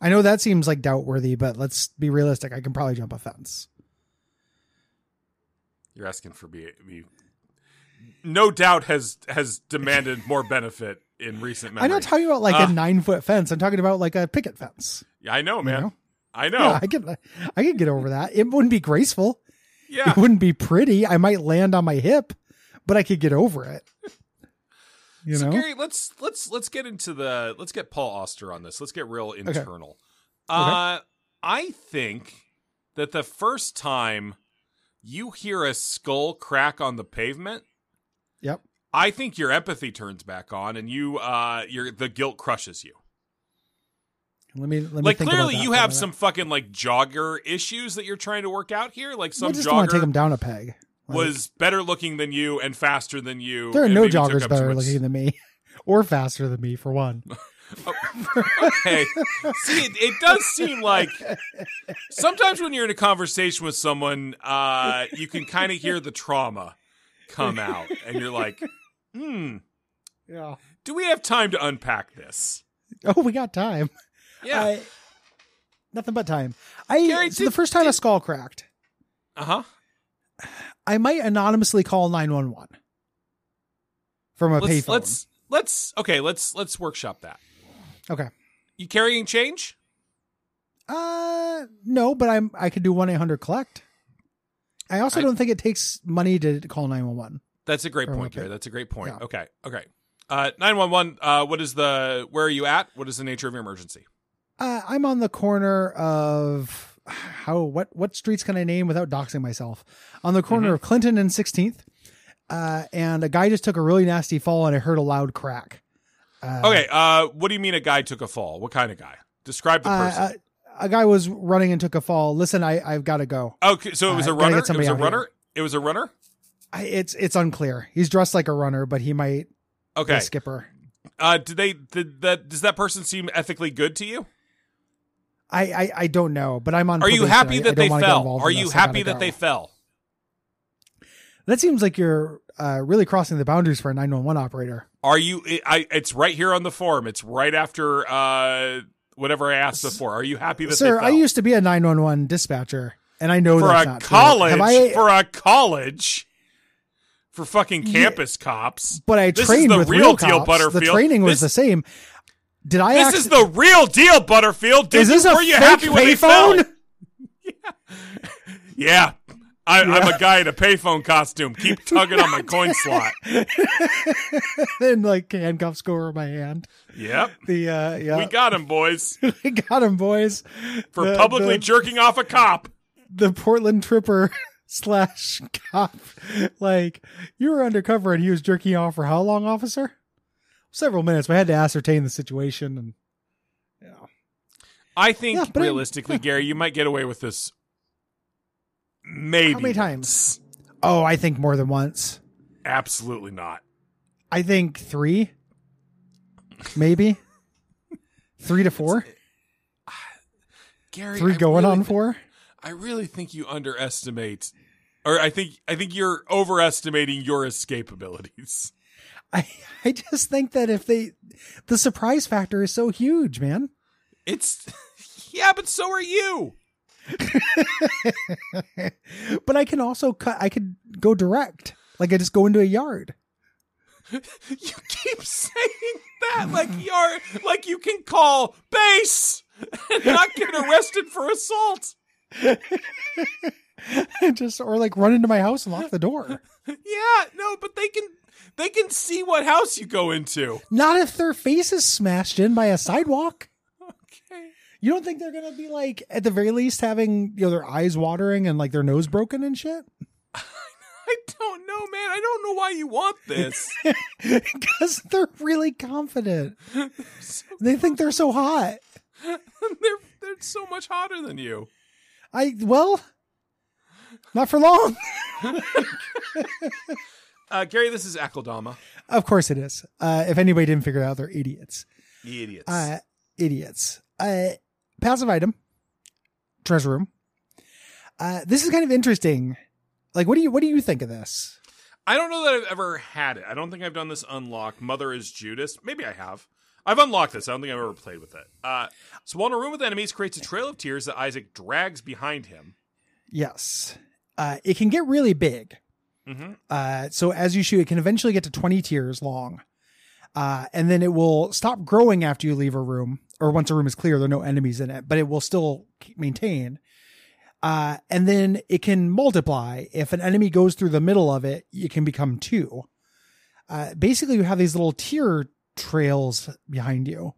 I know that seems like doubt worthy, but let's be realistic. I can probably jump a fence.
You're asking for me. me- No doubt has has demanded more benefit in recent memory.
I'm not talking about like
Uh,
a nine foot fence. I'm talking about like a picket fence.
Yeah, I know,
you
Oh, man.
know?
I know.
Yeah, I can I can get over that. It wouldn't be graceful.
yeah.
It wouldn't be pretty. I might land on my hip, but I could get over it. You
so
know?
Gary, let's let's let's get into the let's get Paul Auster on this. Let's get real internal. Uh I think that the first time you hear a skull crack on the pavement,
Yep.
I think your empathy turns back on and you uh your the guilt crushes you.
Let me let me
like
think
clearly
about that
you
for a
have
minute.
some fucking like jogger issues that you're trying to work out here. Like
I
some
just want to take
jogger
them down a peg. Like,
was better looking than you and faster than you.
there are
and
no
maybe took
joggers
up too
better
much-
looking than me, or faster than me for one.
okay. See, it, it does seem like sometimes when you're in a conversation with someone, uh, you can kind of hear the trauma come out, and you're like, hmm,
Yeah.
do we have time to unpack this?
Oh, we got time.
Yeah.
I- nothing but time. I
Gary,
so the
did-
first time a
did-
skull cracked,
Uh huh.
I might anonymously call nine one one from a
Let's,
payphone.
let's let's okay. Let's let's workshop that.
Okay.
You carrying change?
Uh, no, but I'm I could do one eight hundred collect. I also
I-
don't think it takes money to call nine one one.
That's a great
Or
point,
okay.
Gary. That's a great point.
Yeah.
Okay. Okay. Uh, 911, uh, what is the, where are you at? What is the nature of your emergency?
Uh, I'm on the corner of how what what streets can I name without doxing myself? On the
Mm-hmm.
corner of Clinton and 16th, uh, and a guy just took a really nasty fall, and I heard a loud crack. Uh,
Okay. Uh, what do you mean a guy took a fall? What kind of guy? Describe the person.
Uh, a, a guy was running and took a fall. Listen, I I've got to go.
Okay, so it was
Uh,
a
gotta get
runner. It was
somebody
a
out here.
runner. It was a runner.
I, it's it's unclear. He's dressed like a runner, but he might be
Okay.
a skipper.
Uh, did they? Did that? Does that person seem ethically good to you?
I, I I don't know, but I'm on.
Are you
probation. I-
happy
I
that
don't
they
wanna get
fell?
involved
Are
in
you
this. I gotta
happy that
go.
they fell?
That seems like you're uh, really crossing the boundaries for a 911 operator.
Are you? I- I. It's right here on the form. It's right after uh whatever I asked before. Are you happy that
Sir,
they fell?
I used to be a 911 dispatcher, and I know
for
that's
a
not
college
true. Have I,
for a college for fucking campus cops.
but I
this is
trained
the
with
real
real
deal,
cops.
Butterfield.
The training was
This-
the same. Did I?
This
act-
is the real deal, Butterfield. Did
Is this
you,
a
were you
fake
happy when they fell?
payphone?
Yeah. I, I'm a guy in a payphone costume. Keep tugging on my coin slot.
and like handcuffs go over my hand.
Yep.
The uh, yeah,
We got him, boys,
we got him, boys.
for
The-
publicly
the-
jerking off a cop.
the Portland Tripper slash cop. Like you were undercover and he was jerking off for how long, officer? Several minutes. But I had to ascertain the situation and
I think
Yeah, but I-
realistically, Gary, you might get away with this. Maybe
How many times?
once.
oh, I think more than once.
Absolutely not.
I think three, maybe three to four,
Gary,
three
I
going
really
on
thi-
four.
I really think you underestimate, or I think I think you're overestimating your escape abilities.
I I just think that if they, the surprise factor is so huge, man.
It's yeah, but so are you.
but I can also cut. I could go direct. Like I just go into a yard.
You keep saying that like you're like you can call base and not get arrested for assault.
just or like run into my house and lock the door.
Yeah, no, but they can they can see what house you go into.
Not if their face is smashed in by a sidewalk.
Okay.
You don't think they're gonna be like at the very least having you know their eyes watering and like their nose broken and shit?
I don't know, man. I don't know why you want this.
Because they're really confident. They think they're so hot.
they're they're so much hotter than you.
I well, not for long.
Uh, Gary, this is Akeldama.
of course it is. Uh, if anybody didn't figure it out, they're idiots.
The idiots.
uh, idiots. Uh, passive item, treasure room. Uh, this is kind of interesting. Like, what do you what do you think of this?
I don't know that I've ever had it. I don't think I've done this unlock. Mother is Judas. Maybe I have. I've unlocked this. I don't think I've ever played with it. Uh, so while in a room with enemies creates a trail of tears that Isaac drags behind him.
Yes. Uh, it can get really big.
Mm-hmm.
Uh, so as you shoot, it can eventually get to 20 tiers long. Uh, and then it will stop growing after you leave a room or once a room is clear, there are no enemies in it, but it will still keep- maintain. Uh, and then it can multiply. If an enemy goes through the middle of it, it can become two. Uh, basically, you have these little tier trails behind you.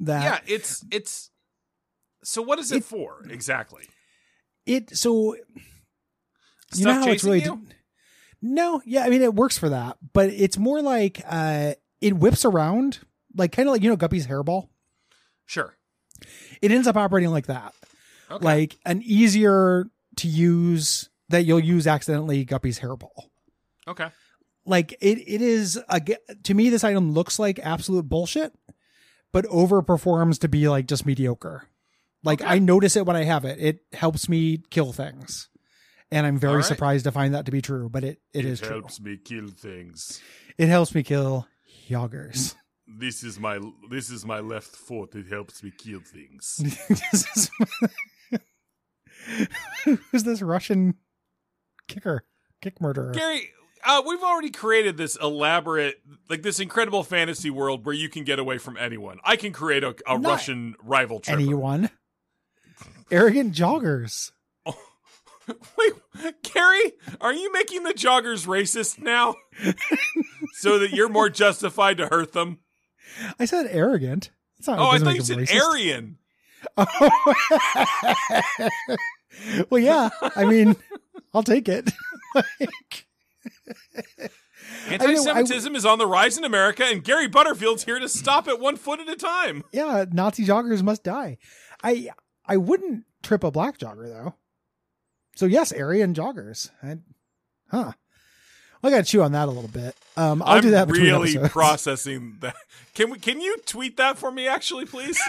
That
Yeah, it's it's. So what is it,
It-
for exactly?
it so you
Stuff
know how it's
chasing
really
you?
no yeah i mean it works for that but it's more like uh it whips around like kind of like you know guppy's hairball
Sure.
it ends up operating like that
Okay.
like an easier to use that you'll use accidentally guppy's hairball
okay.
like it it is a, ge- to me this item looks like absolute bullshit but overperforms to be like just mediocre like
Okay.
i notice it when i have it it helps me kill things and i'm very
All right.
surprised to find that to be true but it it is true
me kill things.
it helps me kill yoggers
This is my this is my left foot. It helps me kill things.
This is- who's this russian kicker kick murderer
Gary, uh, we've already created this elaborate, like this incredible fantasy world where you can get away from anyone. I can create a, a
Not
Russian rival tripper.
anyone arrogant joggers
Wait, Gary, are you making the joggers racist now, so that you're more justified to hurt them?
i said arrogant That's not-
Oh, I
doesn't
thought you
make
said
them racist.
Aryan.
well, yeah. I mean, I'll take it. like,
Anti-Semitism is on the rise in America, and Gary Butterfield's here to stop it one foot at a time.
yeah, Nazi joggers must die. I I wouldn't trip a black jogger though. So yes, Aryan joggers. I, huh. I got to chew on that a little bit. Um, I'll
am
do that. Between
really
episodes.
processing that. Can we? Can you tweet that for me, actually, please?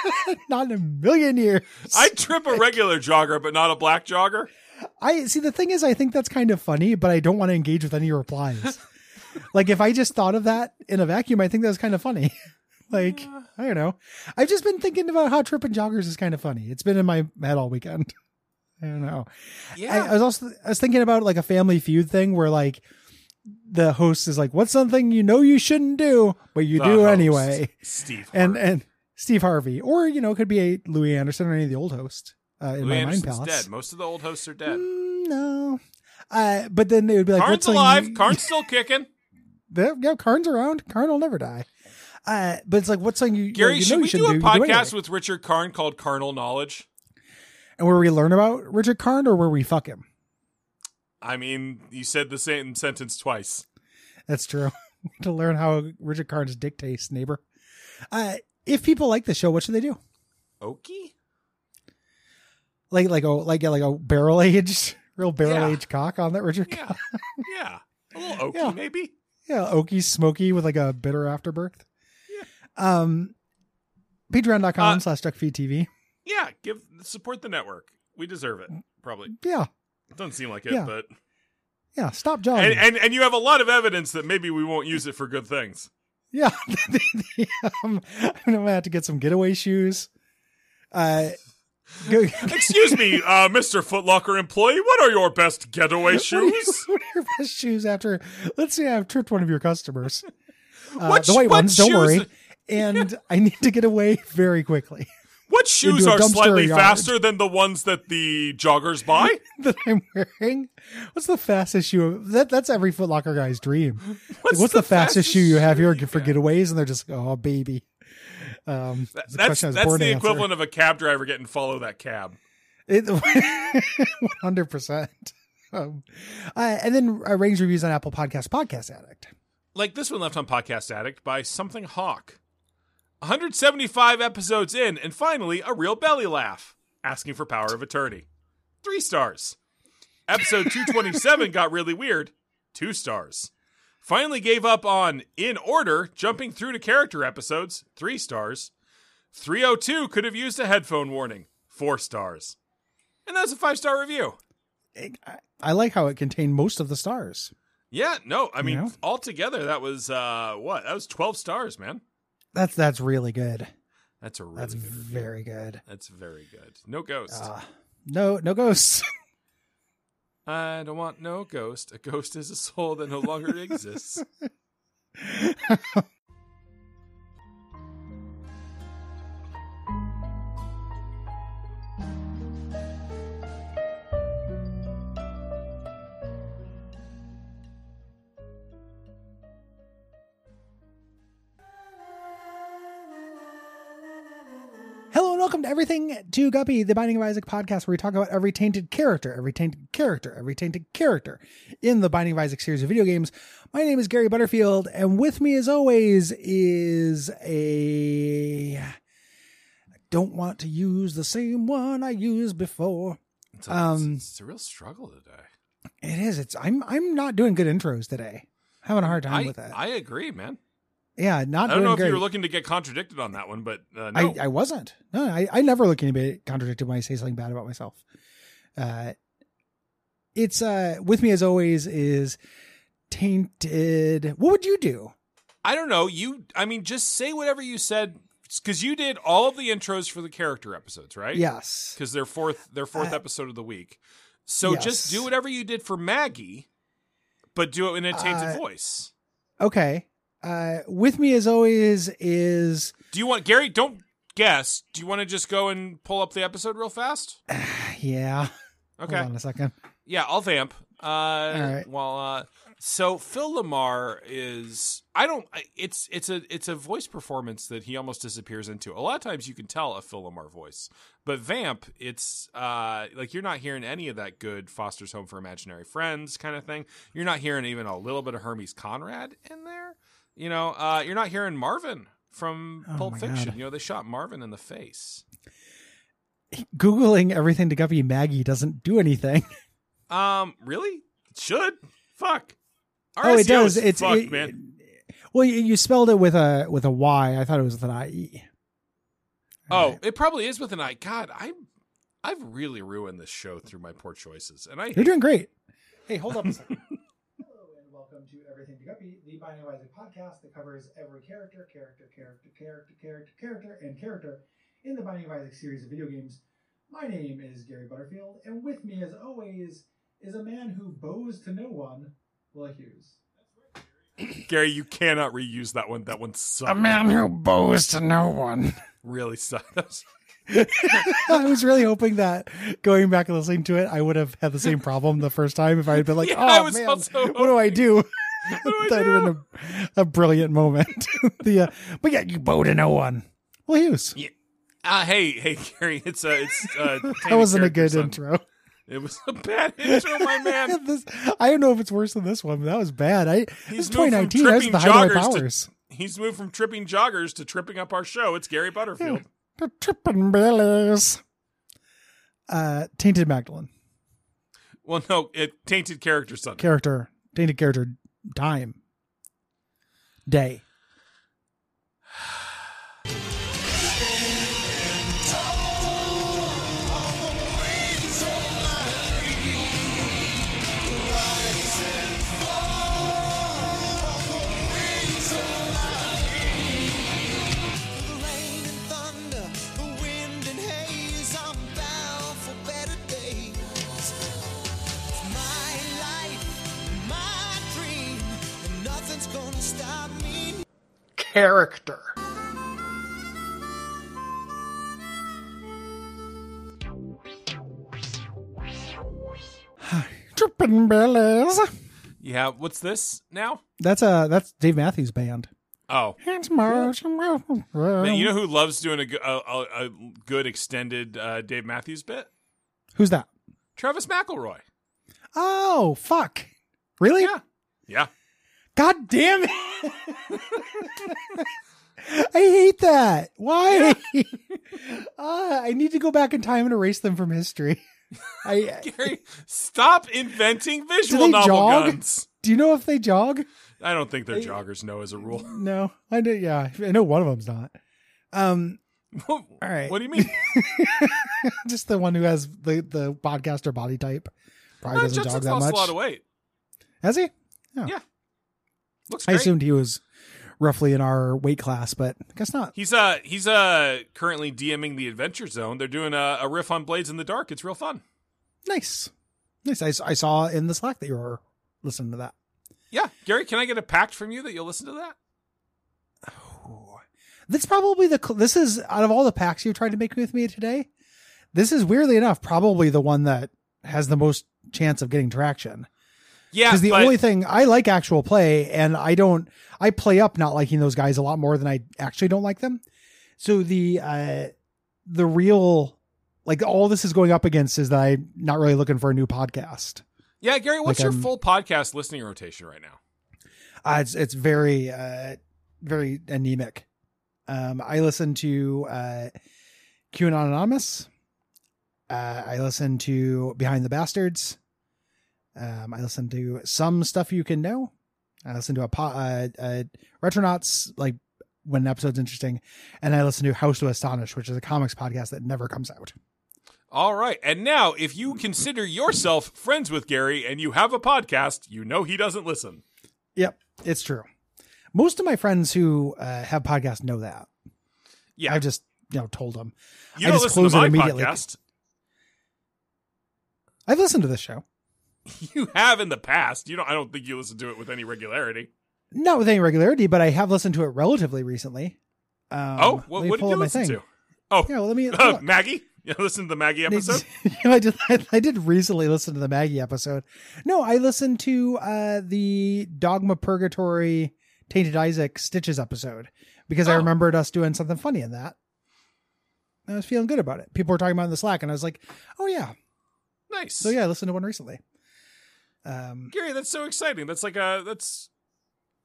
Not in a million years.
I trip a regular jogger, but not a black jogger.
I see the thing is I think that's kind of funny, but I don't want to engage with any replies. like if I just thought of that in a vacuum, I think that's kind of funny. like, I don't know. I've just been thinking about how tripping joggers is kind of funny. It's been in my head all weekend. I don't know. I, I was also I was thinking about like a family feud thing where like the host is like, What's something you know you shouldn't do, but you
The
do
host,
anyway?
Steve.
And
Harvey.
and Steve Harvey. Or, you know, it could be a Louis Anderson or any of the old hosts uh, in
Louis
my
Anderson's
mind palace.
dead. Most of the old hosts are dead.
Mm, no. Uh, but then they would be like,
Karn's
what's something
alive.
You,
Karn's still kicking.
There- yeah, Karn's around. Karn will never die. Uh, but it's like, what's something you,
Gary,
you know
should we
you
do
shouldn't
a
do, you do
podcast
anyway.
with Richard Karn called Carnal Knowledge?
and where we learn about Richard Karn or where we fuck him?
I mean, you said the same sentence twice.
That's true. to learn how Richard Karn's dick tastes, neighbor. Uh, if people like the show, what should they do?
Okie.
Like, like a like a, like a barrel aged, real barrel
Yeah.
aged cock on that Richard.
Yeah. yeah. A little oaky,
Yeah.
maybe.
Yeah, oaky, smoky with like a bitter afterbirth. Yeah. Um, Patreon.com
Uh,
slash DuckFeedTV.
Yeah. Give support the network. We deserve it. Probably
Yeah.
doesn't seem like it,
Yeah.
but
Yeah, stop John.
and, and and you have a lot of evidence that maybe we won't use it for good things.
yeah, The- the- the, um, I'm gonna have to get some getaway shoes. Uh, go,
Excuse me, uh, Mr. Footlocker employee, what are your best getaway
What are, your,
shoes?
what are your best shoes after? Let's say I've tripped one of your customers. Uh,
What
the
sh-
white
what
ones, don't
shoes-
worry. And I need to get away very quickly
What shoes
Into a
are
dumpster
slightly
yard.
faster than the ones that the joggers buy?
that I'm wearing. What's the fastest shoe? That that's every Foot Locker guy's dream. Like, What's, the, fastest, shoe you have here for
got?
getaways? And they're just oh baby. Um, it's a
That's
question I was
that's
born
the
to answer.
equivalent of a cab driver getting follow that cab.
It one hundred percent. Um, uh, and then uh, ratings reviews on Apple Podcast, Podcast Addict.
Like this one left on Podcast Addict by Something Hawk. 175 episodes in, and finally a real belly laugh. Asking for power of attorney. Three stars. Episode 227 got really weird. Two stars. Finally gave up on in order, jumping through to character episodes. Three stars. 302 could have used a headphone warning. Four stars. And that's a five star review.
I, I like how it contained most of the stars.
Yeah, no, I mean
know?
altogether that was uh what? That was 12 stars, man.
That's that's really good.
That's a really
That's
good review.
very good.
That's very good. No ghost.
Uh, no, no ghosts.
I don't want no ghost. A ghost is a soul that no longer exists.
Hello and welcome to Everything to Guppy, the Binding of Isaac podcast, where we talk about every tainted character, every tainted character, every tainted character in the Binding of Isaac series of video games. My name is Gary Butterfield, and with me, as always, is a. I don't want to use the same one I used before.
It's a,
Um,
it's, it's a real struggle today.
It is. It's. I'm. I'm not doing good intros today. Having a hard time
I,
with that.
I agree, man.
yeah,
I
not.
don't know
doing
if
great.
you were looking to get contradicted on that one, but uh, no.
I, I wasn't. No, I, I never look anybody contradicted when I say something bad about myself. Uh, it's uh with me as always is tainted. What would you do?
I don't know. You, I mean, just say whatever you said because you did all of the intros for the character episodes, right?
Yes.
Because they're fourth, their fourth
Uh,
episode of the week. So just
yes.
do whatever you did for Maggie, but do it in a tainted
Uh,
voice.
Okay. Uh, with me as always is
Do you want Gary? Don't guess. Do you want to just go and pull up the episode real fast?
yeah.
Okay.
Hold on a second.
Yeah, I'll vamp. Uh,
right.
Well, uh, so Phil Lamar is I don't. I- It's it's a it's a voice performance that he almost disappears into. A lot of times you can tell a Phil Lamar voice, but vamp, it's uh like you're not hearing any of that good Foster's Home for Imaginary Friends kind of thing. You're not hearing even a little bit of Hermes Conrad in there. You know, uh, you're not hearing Marvin from
Oh
Pulp
my
Fiction.
God.
You know, they shot Marvin in the face.
Googling everything to Guppy Maggie doesn't do anything.
Um, really? It should fuck.
oh, it
RSEO
does.
E is
It's
fucked,
it-
man.
Well, you, you spelled it with a with a Y. I thought it was with an I E.
Oh, it probably is with an I. God, I, I've really ruined this show through my poor choices, and I
You're
hate
doing great. Hey, hold up a second. Hello and welcome to Everything to Guppy, the Binding of Isaac podcast that covers every character, character, character, character, character, character, and character in the Binding of Isaac series of video games. My name is Gary Butterfield, and with me, as always, is a man who bows to no one, Will Hughes.
Gary. You cannot reuse that one. That one sucked.
who bows to no one.
really sucked. That was-
I was really hoping that going back and listening to it, I would have had the same problem the first time if I had been like,
Yeah, I
"Oh
was
man,
also
what do I do?"
What do I
that would
do?
have been a, a brilliant moment. the uh, but yeah, you bow to no one. Well, Hughes,
Uh, hey, hey, Gary. It's uh, it's uh,
that wasn't a good
character, son.
intro.
It was a bad intro, Oh, my man.
this, I don't know if it's worse than this one, but that was bad. I
He's
this
moved
is
from
2019. That was
tripping
the height of my
joggers to-
powers.
He's moved from tripping joggers to tripping up our show. It's Gary Butterfield.
The tripping billies. Uh, tainted Magdalene
Well, no, it tainted character son.
character, tainted character, time, day.
rain and thunder, the wind and haze. I'm bound for better days. My life, my dream, and nothing's gonna stop me.
character. Trippin' Billies.
Yeah. What's this now?
That's uh that's Dave Matthews Band.
Oh,
It's marching round.
man, you know who loves doing a, go- a, a, a good extended uh, Dave Matthews bit?
Who's that?
Travis McElroy.
Oh fuck! Really?
Yeah. Yeah.
God damn it! I hate that. Why? Ah, I need to go back in time and erase them from history. I
Gary, stop inventing visual
they
novel
jog?
guns.
do you know if they jog?
I don't think they're joggers, no, as a rule.
No, I know. Yeah, I know one of them's not. Um,
All
right.
What do you mean?
just the one who has the the podcaster body type probably
No,
doesn't
Jetson's
jog that
Uh, lost
much.
a lot of weight.
Has he?
Yeah. Looks
I
great.
assumed he was roughly in our weight class, but I guess not.
He's uh he's uh currently DMing the Adventure Zone. They're doing a, a riff on Blades in the Dark. It's real fun.
Nice. Nice. I, s- I saw in the Slack that you were listening to that.
Yeah, Gary, can I get a pact from you that you'll listen to that?
That's probably the, cl- this is out of all the packs you tried to make with me today, this is weirdly enough, probably the one that has the most chance of getting traction.
Yeah,
Because the
but-
only thing I like actual play, and I don't, I play up not liking those guys a lot more than I actually don't like them. So the, uh, the real, like all this is going up against is that I'm not really looking for a new podcast.
yeah, Gary, what's
like,
your
um,
full podcast listening rotation right now?
Uh, it's it's very uh very anemic. Um, I listen to uh, QAnon Anonymous. Uh, I listen to Behind the Bastards. Um, I listen to some stuff you can know. I listen to a po- uh, uh, Retronauts like when an episode's interesting, and I listen to House to Astonish, which is a comics podcast that never comes out.
All right. And now, if you consider yourself friends with Gary and you have a podcast, you know he doesn't listen.
Yep, it's true. Most of my friends who uh, have podcasts know that.
Yeah.
I've just you know told them.
You
I
don't
just
listen to
close it
my
immediately.
podcast.
I've listened to this show.
You have in the past. You don't I don't think you listen to it with any regularity.
not with any regularity, but I have listened to it relatively recently. Um,
oh,
let
what,
me
what did
pull
you
up my
listen
thing.
to? Oh,
Yeah, well, let me.
uh,
look.
Maggie? You listen to the Maggie episode?
I did. I, I did recently listen to the Maggie episode. No, I listened to uh, the Dogma Purgatory Tainted Isaac Stitches episode because I
Oh.
remembered us doing something funny in that. I was feeling good about it. People were talking about it in the Slack, and I was like, "Oh yeah."
Nice.
So yeah, I listened to one recently. Um,
Gary, that's so exciting. That's like a that's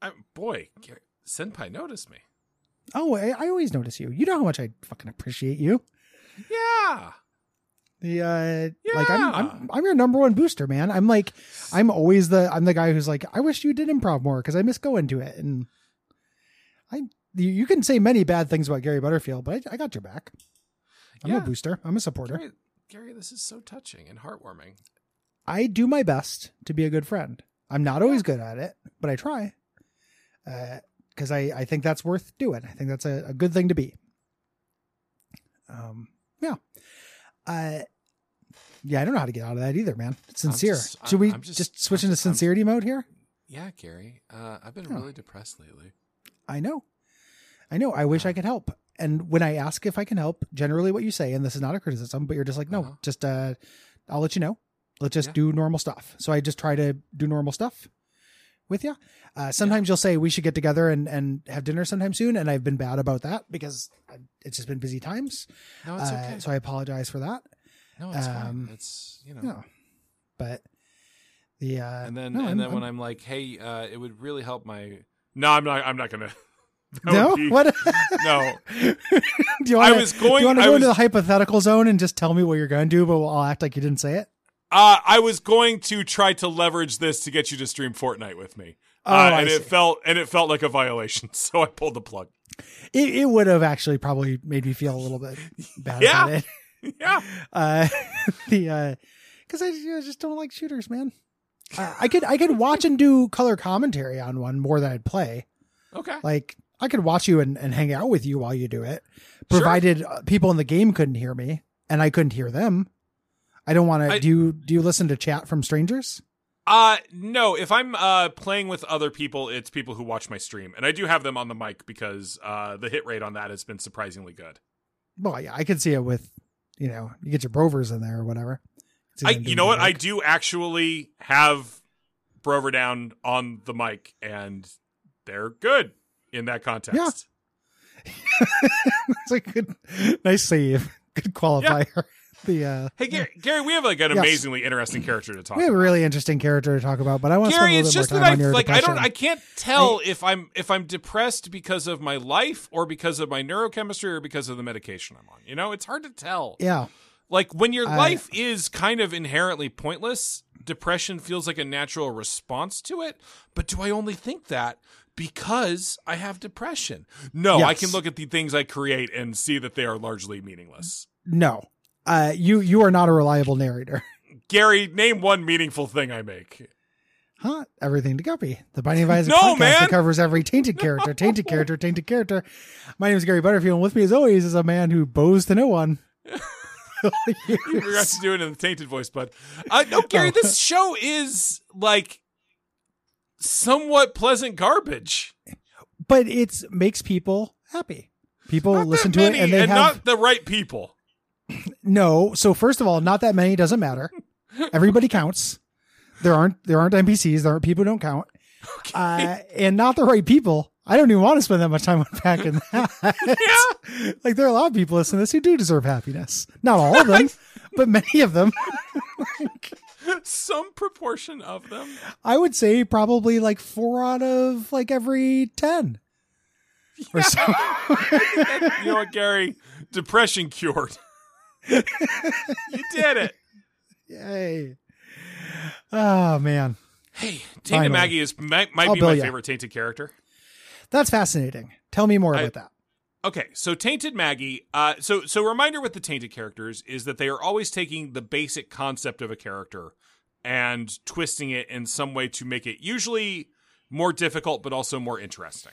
I, boy, Gary, Senpai noticed me.
oh, I, I always notice you. You know how much I fucking appreciate you.
Yeah.
The uh like I'm,
Yeah.
I'm I'm your number one booster, man. I'm like I'm always the I'm the guy who's like I wish you did improv more because I miss going to it and I you, you can say many bad things about Gary Butterfield, but I, I got your back. I'm
Yeah.
a booster. I'm a supporter.
Gary, Gary, this is so touching and heartwarming.
I do my best to be a good friend. I'm not always good at it, but I try. Because I, I think that's worth doing. I think that's a, a good thing to be. Um, yeah. Uh, yeah, I don't know how to get out of that either, man. It's
I'm
sincere.
just-
Should we
I'm- I'm
just,
just-
switch
I'm-
into
I'm-
sincerity mode here?
Yeah, Gary. Uh, I've been
Yeah.
really depressed lately.
I know. I know. I wish I could help. And when I ask if I can help, generally what you say, and this is not a criticism, but you're just like, no,
Uh-huh.
just uh, I'll let you know. Let's just
Yeah.
do normal stuff. So I just try to do normal stuff with you. Uh, sometimes you'll say we should get together and and have dinner sometime soon, and I've been bad about that because I, it's just been busy times.
No, it's
Uh,
okay.
So I apologize for that.
no, it's
um,
fine. It's you know.
No, but the uh,
And then
no,
and
I'm-
then when I'm like, hey, uh, it would really help my. No, I'm not. I'm not gonna. That
no,
would be-
what
No.
do you want?
I was going-
Do you want to
I
go
was-
into the hypothetical zone and just tell me what you're going to do, but I'll act like you didn't say it.
Uh, I was going to try to leverage this to get you to stream Fortnite with me,
Oh,
uh,
I
and it
see.
felt and it felt like a violation, so I pulled the plug.
It, it would have actually probably made me feel a little bit bad
Yeah.
about it.
yeah.
Uh, the uh, because I, you know, just don't like shooters, man. Uh, I could I could watch and do color commentary on one more than I'd play.
Okay.
Like I could watch you and, and hang out with you while you do it, provided uh, people in the game couldn't hear me and I couldn't hear them. I don't want
I-
to. Do you do you listen to chat from strangers?
Uh no, if I'm uh playing with other people, it's people who watch my stream. And I do have them on the mic because uh the hit rate on that has been surprisingly good.
Well, yeah, I could see it with, you know, you get your brovers in there or whatever. See
I
them
you
doing
know what?
their
I
work.
do actually have Brover down on the mic and they're good in that context.
it's like good, nice save, good qualifier. The uh,
Hey Gary, Gary, we have like an
Yes.
amazingly interesting character to talk
we have a
about.
really interesting character to talk about, but I want to spend
Gary,
a
it's
little
just
bit more
that
time
I
on your
like I
depression.
don't I can't tell if I'm if I'm depressed because of my life or because of my neurochemistry or because of the medication I'm on. You know, it's hard to tell.
yeah,
Like when your
I-
life is kind of inherently pointless, depression feels like a natural response to it. But do I only think that because I have depression? No, I
Yes.
can look at the things I create and see that they are largely meaningless.
no, uh, you you are not a reliable narrator.
Gary, name one meaningful thing I make.
Huh? Everything to Guppy, the Binding of Isaac
No,
podcast
man!
that covers every tainted character, tainted character, tainted character. My name is Gary Butterfield, and with me, as always, is a man who bows to no one.
You forgot to do it in the tainted voice, bud. Uh, no, Gary, this show is like somewhat pleasant garbage.
but it's makes people happy. People
Not that
listen to it,
many,
and they have
not the right people.
no. So first of all, not that many doesn't matter. Everybody counts. There aren't there aren't NPCs. There aren't people who don't count. Uh, and not the right people. I don't even want to spend that much time unpacking that. Like there are a lot of people listening to this who do deserve happiness. Not all of them, but many of them.
Some proportion of them.
I would say probably like four out of like every ten. Or so.
You know what, Gary? Depression cured. you did it.
Yay. Oh man.
Hey,
Finally.
Tainted Maggie is might, might
I'll
be
bill
my
ya.
favorite tainted character.
That's fascinating. Tell me more
I-
about that.
Okay, so Tainted Maggie. Uh, so so reminder with the Tainted characters is that they are always taking the basic concept of a character and twisting it in some way to make it usually more difficult, but also more interesting.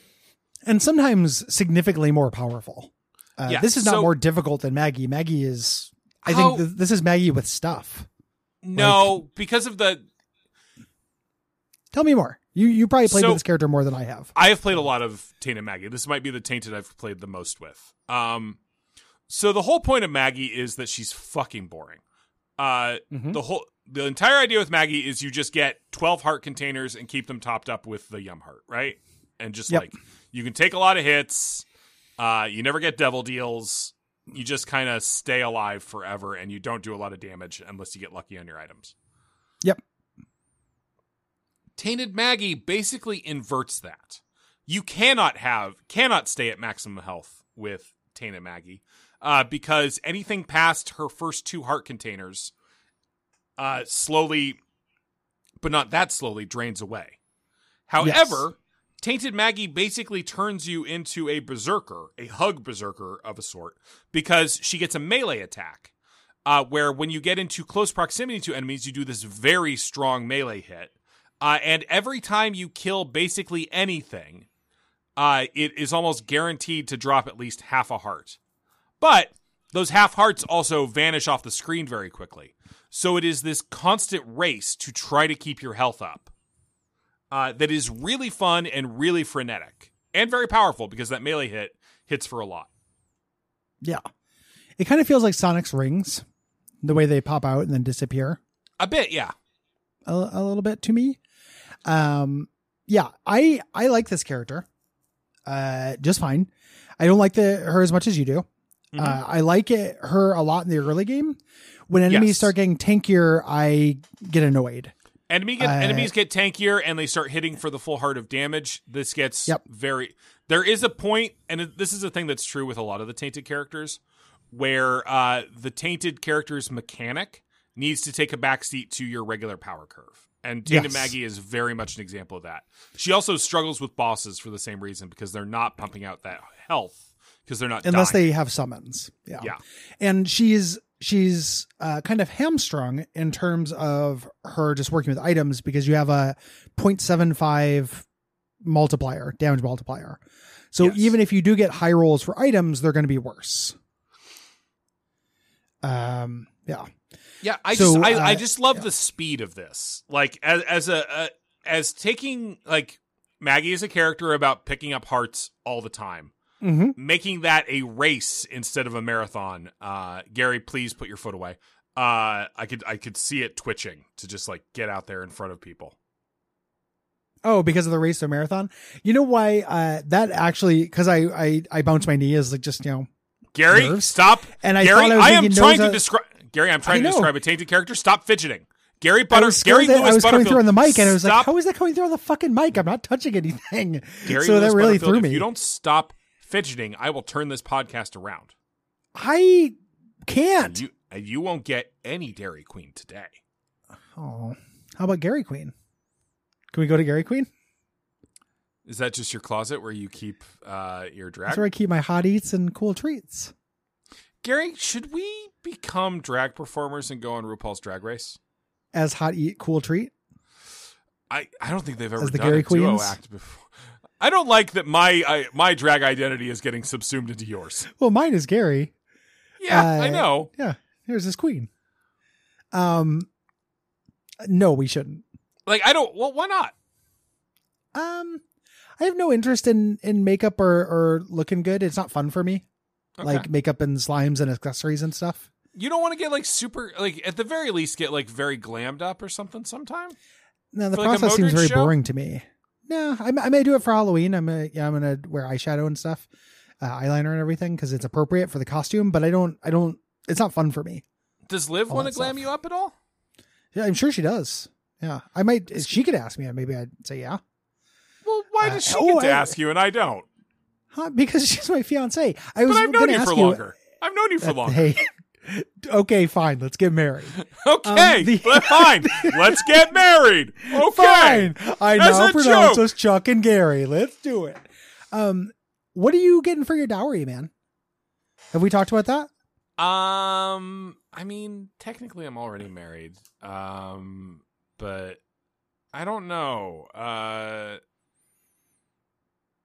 And sometimes significantly more powerful. Uh,
Yeah,
this is not
so-
more difficult than Maggie. Maggie is, I
How-
think th- this is Maggie with stuff.
No, because of the
Tell me more. You you probably played
So-
with this character more than I have.
I have played a lot of Tainted Maggie. This might be the Tainted I've played the most with. Um, so the whole point of Maggie is that she's fucking boring. Uh,
Mhm.
the whole the entire idea with Maggie is you just get twelve heart containers and keep them topped up with the yum heart, right? And just
Yep.
like you can take a lot of hits. Uh, you never get devil deals. You just kind of stay alive forever, and you don't do a lot of damage unless you get lucky on your items.
Yep.
Tainted Maggie basically inverts that. You cannot have cannot stay at maximum health with Tainted Maggie uh, because anything past her first two heart containers uh, slowly, but not that slowly, drains away. However, Tainted Maggie basically turns you into a berserker, a hug berserker of a sort, because she gets a melee attack, uh, where when you get into close proximity to enemies, you do this very strong melee hit. Uh, and every time you kill basically anything, uh, it is almost guaranteed to drop at least half a heart. But those half hearts also vanish off the screen very quickly. So it is this constant race to try to keep your health up uh, that is really fun and really frenetic and very powerful because that melee hit hits for a lot.
Yeah. It kind of feels like Sonic's rings, the way they pop out and then disappear
A bit, yeah.
a, a little bit to me. Um, yeah, I I like this character, uh, just fine. I don't like the her as much as you do. Uh, I like it her a lot in the early game. When enemies
Yes.
start getting tankier, I get annoyed.
Enemy get,
Uh,
enemies get tankier and they start hitting for the full heart of damage. This gets
Yep.
very. There is a point, and it- this is a thing that's true with a lot of the tainted characters, where uh, the tainted character's mechanic needs to take a backseat to your regular power curve. And
Yes.
Tainted Maggie is very much an example of that. She also struggles with bosses for the same reason because they're not pumping out that health because they're not
unless
dying.
they have summons. Yeah.
Yeah.
And she's she's uh, kind of hamstrung in terms of her just working with items because you have a 0.75 multiplier, damage multiplier. So
Yes.
even if you do get high rolls for items, they're going to be worse. Um. Yeah.
Yeah, I
So,
just I, I
uh,
just love the speed of this. Like as as a, a as taking like Maggie is a character about picking up hearts all the time,
Mm-hmm.
making that a race instead of a marathon. Uh, Gary, please put your foot away. Uh, I could I could see it twitching to just like get out there in front of people.
Oh, because of the race to marathon. You know why? Uh, that actually because I I I bounced my knee is like just you know
Gary,
Nerves.
stop.
And I
Gary,
thought I was
am
making
trying to
nose-
describe. Gary, I'm
I
trying to
know.
describe a tainted character. Stop fidgeting. Gary Butter,
I was scared
Gary
that
Lewis
I was coming
Butterfield.
through on the mic, and I was
stop
like, "How is that coming through on the fucking mic? I'm not touching anything."
Gary
so
Lewis
that really
Butterfield,
threw
If
me.
you don't stop fidgeting, I will turn this podcast around.
I can't.
You and you won't get any Dairy Queen today.
oh, how about Gary Queen? Can we go to Gary Queen?
Is that just your closet where you keep uh, your drag?
That's where I keep my hot eats and cool treats.
Gary, should we become drag performers and go on RuPaul's Drag Race?
As hot eat cool treat.
I, I don't think they've ever
As the
done
Gary
a duo
Queens?
act before. I don't like that my I, my drag identity is getting subsumed into yours.
Well, mine is Gary.
Yeah, I
Uh,
know.
Yeah, here's his queen. Um, no, we shouldn't.
Like I don't. Well, why not?
Um, I have no interest in in makeup or or looking good. It's not fun for me.
Okay.
Like makeup and slimes and accessories and stuff.
you don't want to get like super like at the very least get like very glammed up or something sometime.
No, the
For, like, a
process seems
Modric
very
show?
boring to me. No, I, I may do it for Halloween. I'm gonna yeah, I'm gonna wear eyeshadow and stuff, uh, eyeliner and everything because it's appropriate for the costume. But I don't I don't. It's not fun for me.
Does Liv
All
want to
that
glam
stuff.
you up at all?
Yeah, I'm sure she does. Yeah, I might. She could ask me, and maybe I'd say yeah.
Well, why
Uh,
does she
oh,
get to
I-
ask you and I don't?
Huh? Because she's my fiance. I was
But I've known
gonna
you
ask
for longer. I've known you for
Uh,
longer.
Hey, okay, fine. Let's get married.
Okay,
um, the-
but fine. Let's get married. Okay.
Fine. I
That's
now
a
pronounce
joke.
us Chuck and Gary. Let's do it. Um, what are you getting for your dowry, man? Have we talked about that?
Um, I mean, technically, I'm already married. Um, but I don't know. Uh,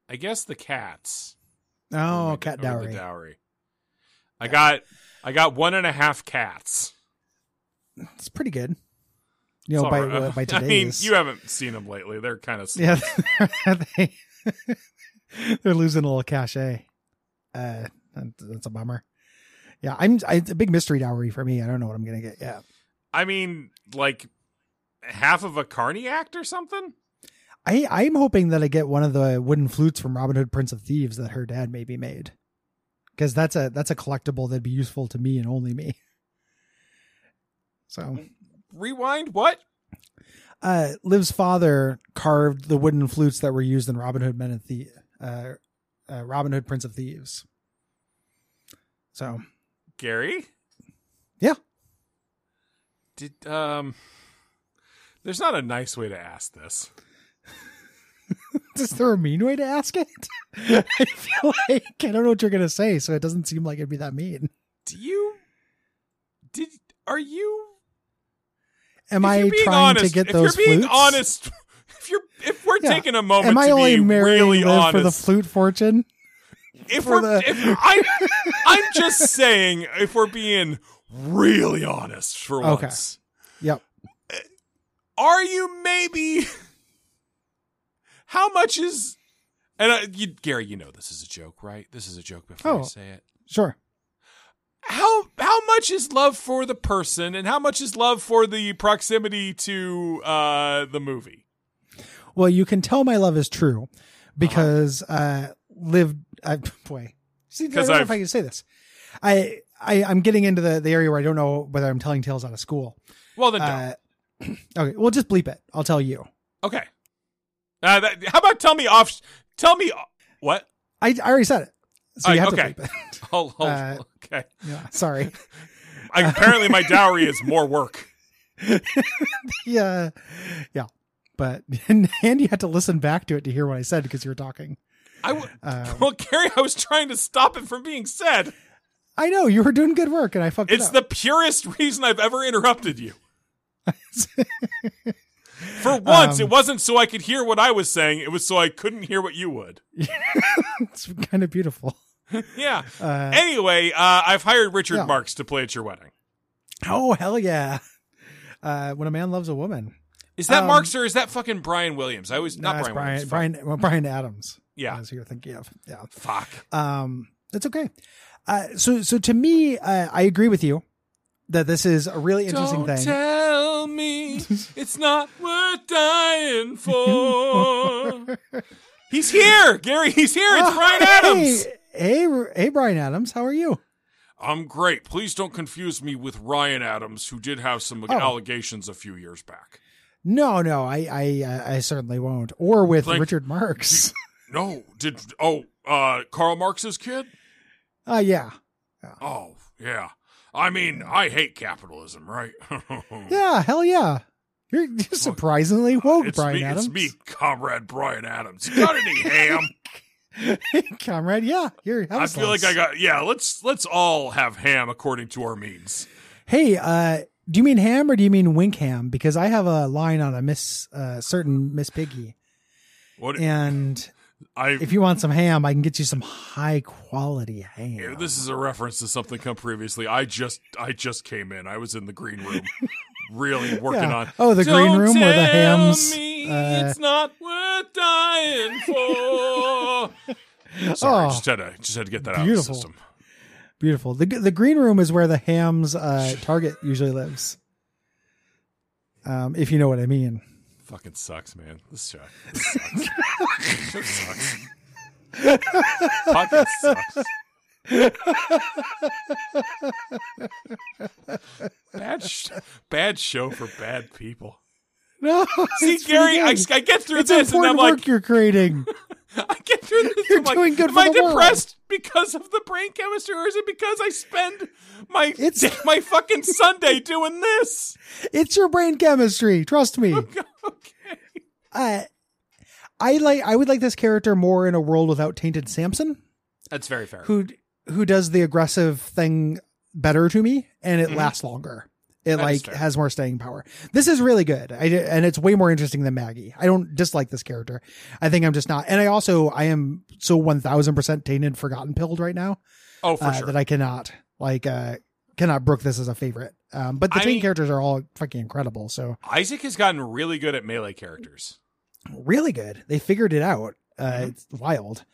I guess the cats. were
Oh,
my-
cat
were the
dowry.
dowry. I got, I got one and a half cats.
It's pretty good. You
It's
know, by
all right.
uh, by
I mean,
today's.
you haven't seen them lately. They're kind of
yeah, they, they're losing a little cachet. Uh, that- that's a bummer. Yeah, I'm. I, it's a big mystery dowry for me. I don't know what I'm gonna get. Yeah,
I mean, like half of a carny act or something.
I I'm hoping that I get one of the wooden flutes from Robin Hood Prince of Thieves that her dad maybe made, because that's a that's a collectible that'd be useful to me and only me. So,
Rewind. What?
uh, Liv's father carved the wooden flutes that were used in Robin Hood Men of the uh, uh, Robin Hood Prince of Thieves. So
Gary?
Yeah.
Did um There's not a nice way to ask this.
is there a mean way to ask it? I feel like I don't know what you're gonna say, so it doesn't seem like it'd be that mean.
Do you did are you
Am
if
I
you're being
trying
honest,
to get
if
those
you're being
flutes?
honest if you're if we're
Yeah.
taking a moment
Am I
to
only
be
marrying
really
Liv
honest
for the flute fortune?
if
for
we're
the-
if I I'm just saying if we're being really honest for
Okay.
once.
Yep.
Are you maybe How much is and uh, you, Gary, you know this is a joke, right? This is a joke before I
Oh.
say it.
Sure.
how how much is love for the person and how much is love for the proximity to uh the movie
Well, you can tell my love is true because uh lived I boy. See, I don't
Uh-huh. 'Cause
know
I've-
if I can say this. I I I'm getting into the, the area where I don't know whether I'm telling tales out of school.
well then don't.
Uh, okay, well just bleep it. I'll tell you.
okay uh, that, how about tell me off tell me what
I, I already said it. So you
I-
have
okay.
to bleep it.
oh, oh,
Uh,
okay
yeah, sorry.
I, apparently my dowry is more work
yeah. Yeah. But and, and you had to listen back to it to hear what I said because you were talking.
i w-
Um,
well gary i was trying to stop it from being said
I know you were doing good work and I fucked
it's
it
the
up.
purest reason i've ever interrupted you for once
Um,
it wasn't so i could hear what i was saying it was so i couldn't hear what you would
it's kind of beautiful.
yeah
Uh,
Anyway, uh, I've hired Richard
Yeah.
Marks to play at your wedding.
Oh hell yeah! Uh, when a man loves a woman,
Is that
Um,
Marks or is that fucking Brian Williams? I was not
No, it's
Brian. Williams, fuck.
Brian Brian, well, Brian Adams.
Yeah.
as you're thinking of. Yeah,
Fuck.
um, that's okay. Uh, so so to me, uh, I agree with you that this is a really interesting
Don't
thing.
tell me it's not worth dying for. he's here, Gary. He's here. It's
Oh,
Brian
hey!
Adams.
Hey, R- hey, Brian Adams, how are you?
I'm great. Please don't confuse me with Ryan Adams, who did have some
Oh.
allegations a few years back.
No, no, I I uh, I certainly won't. Or with
Thank-
Richard Marx.
No, did oh uh Karl Marx's kid?
Uh yeah,
Oh yeah. I mean, I hate capitalism, right?
yeah, hell yeah. You're, you're surprisingly woke,
it's
Brian
me,
Adams.
It's me, Comrade Brian Adams. You Got any ham?
comrade. Yeah, you're. have a
I feel like
slice.
I got yeah. Let's let's all have ham according to our means.
Hey, uh, Do you mean ham or do you mean wink ham? Because I have a line on a Miss uh, certain Miss Piggy,
What
and
I
if you want some ham, I can get you some high quality ham.
this is a reference to something come previously. I just I just came in. I was in the green room, really working
Yeah.
on.
Oh, the green
Don't
room where the
tell
hams,
me
uh,
it's not worth dying for. Sorry,
Oh.
just had to just had to get that out of the
Beautiful.
system.
Beautiful. The the green room is where the ham's uh, target usually lives. Um, if you know what I mean.
Fucking sucks, man. This show this sucks. This sucks. Podcast sucks. bad, sh- bad show for bad people.
No,
See,
it's
Gary, I,
pretty good.
I get through
it's
this, and I'm
important work
like,
you're creating.
I get through this.
You're
I'm like,
doing good
Am
for
I
the world.
depressed because of the brain chemistry, or is it because I spend my
It's-
my fucking Sunday doing this?
It's your brain chemistry. Trust me.
Okay.
Uh, I like. I would like this character more in a world without tainted Samson,
That's very fair.
who who does the aggressive thing better to me, and it lasts longer. It
That's
like
Mm-hmm. fair.
has more staying power. This is really good, I, di- and it's way more interesting than Maggie. I don't dislike this character. I think I'm just not, and I also I am so one thousand percent tainted, forgotten, pilled right now.
oh, for
uh,
sure.
that I cannot like uh cannot brook this as a favorite. Um, but the
I
teen
mean-
characters are all fucking incredible. So
Isaac has gotten really good at melee characters.
really good. They figured it out. Uh,
Mm-hmm.
It's wild.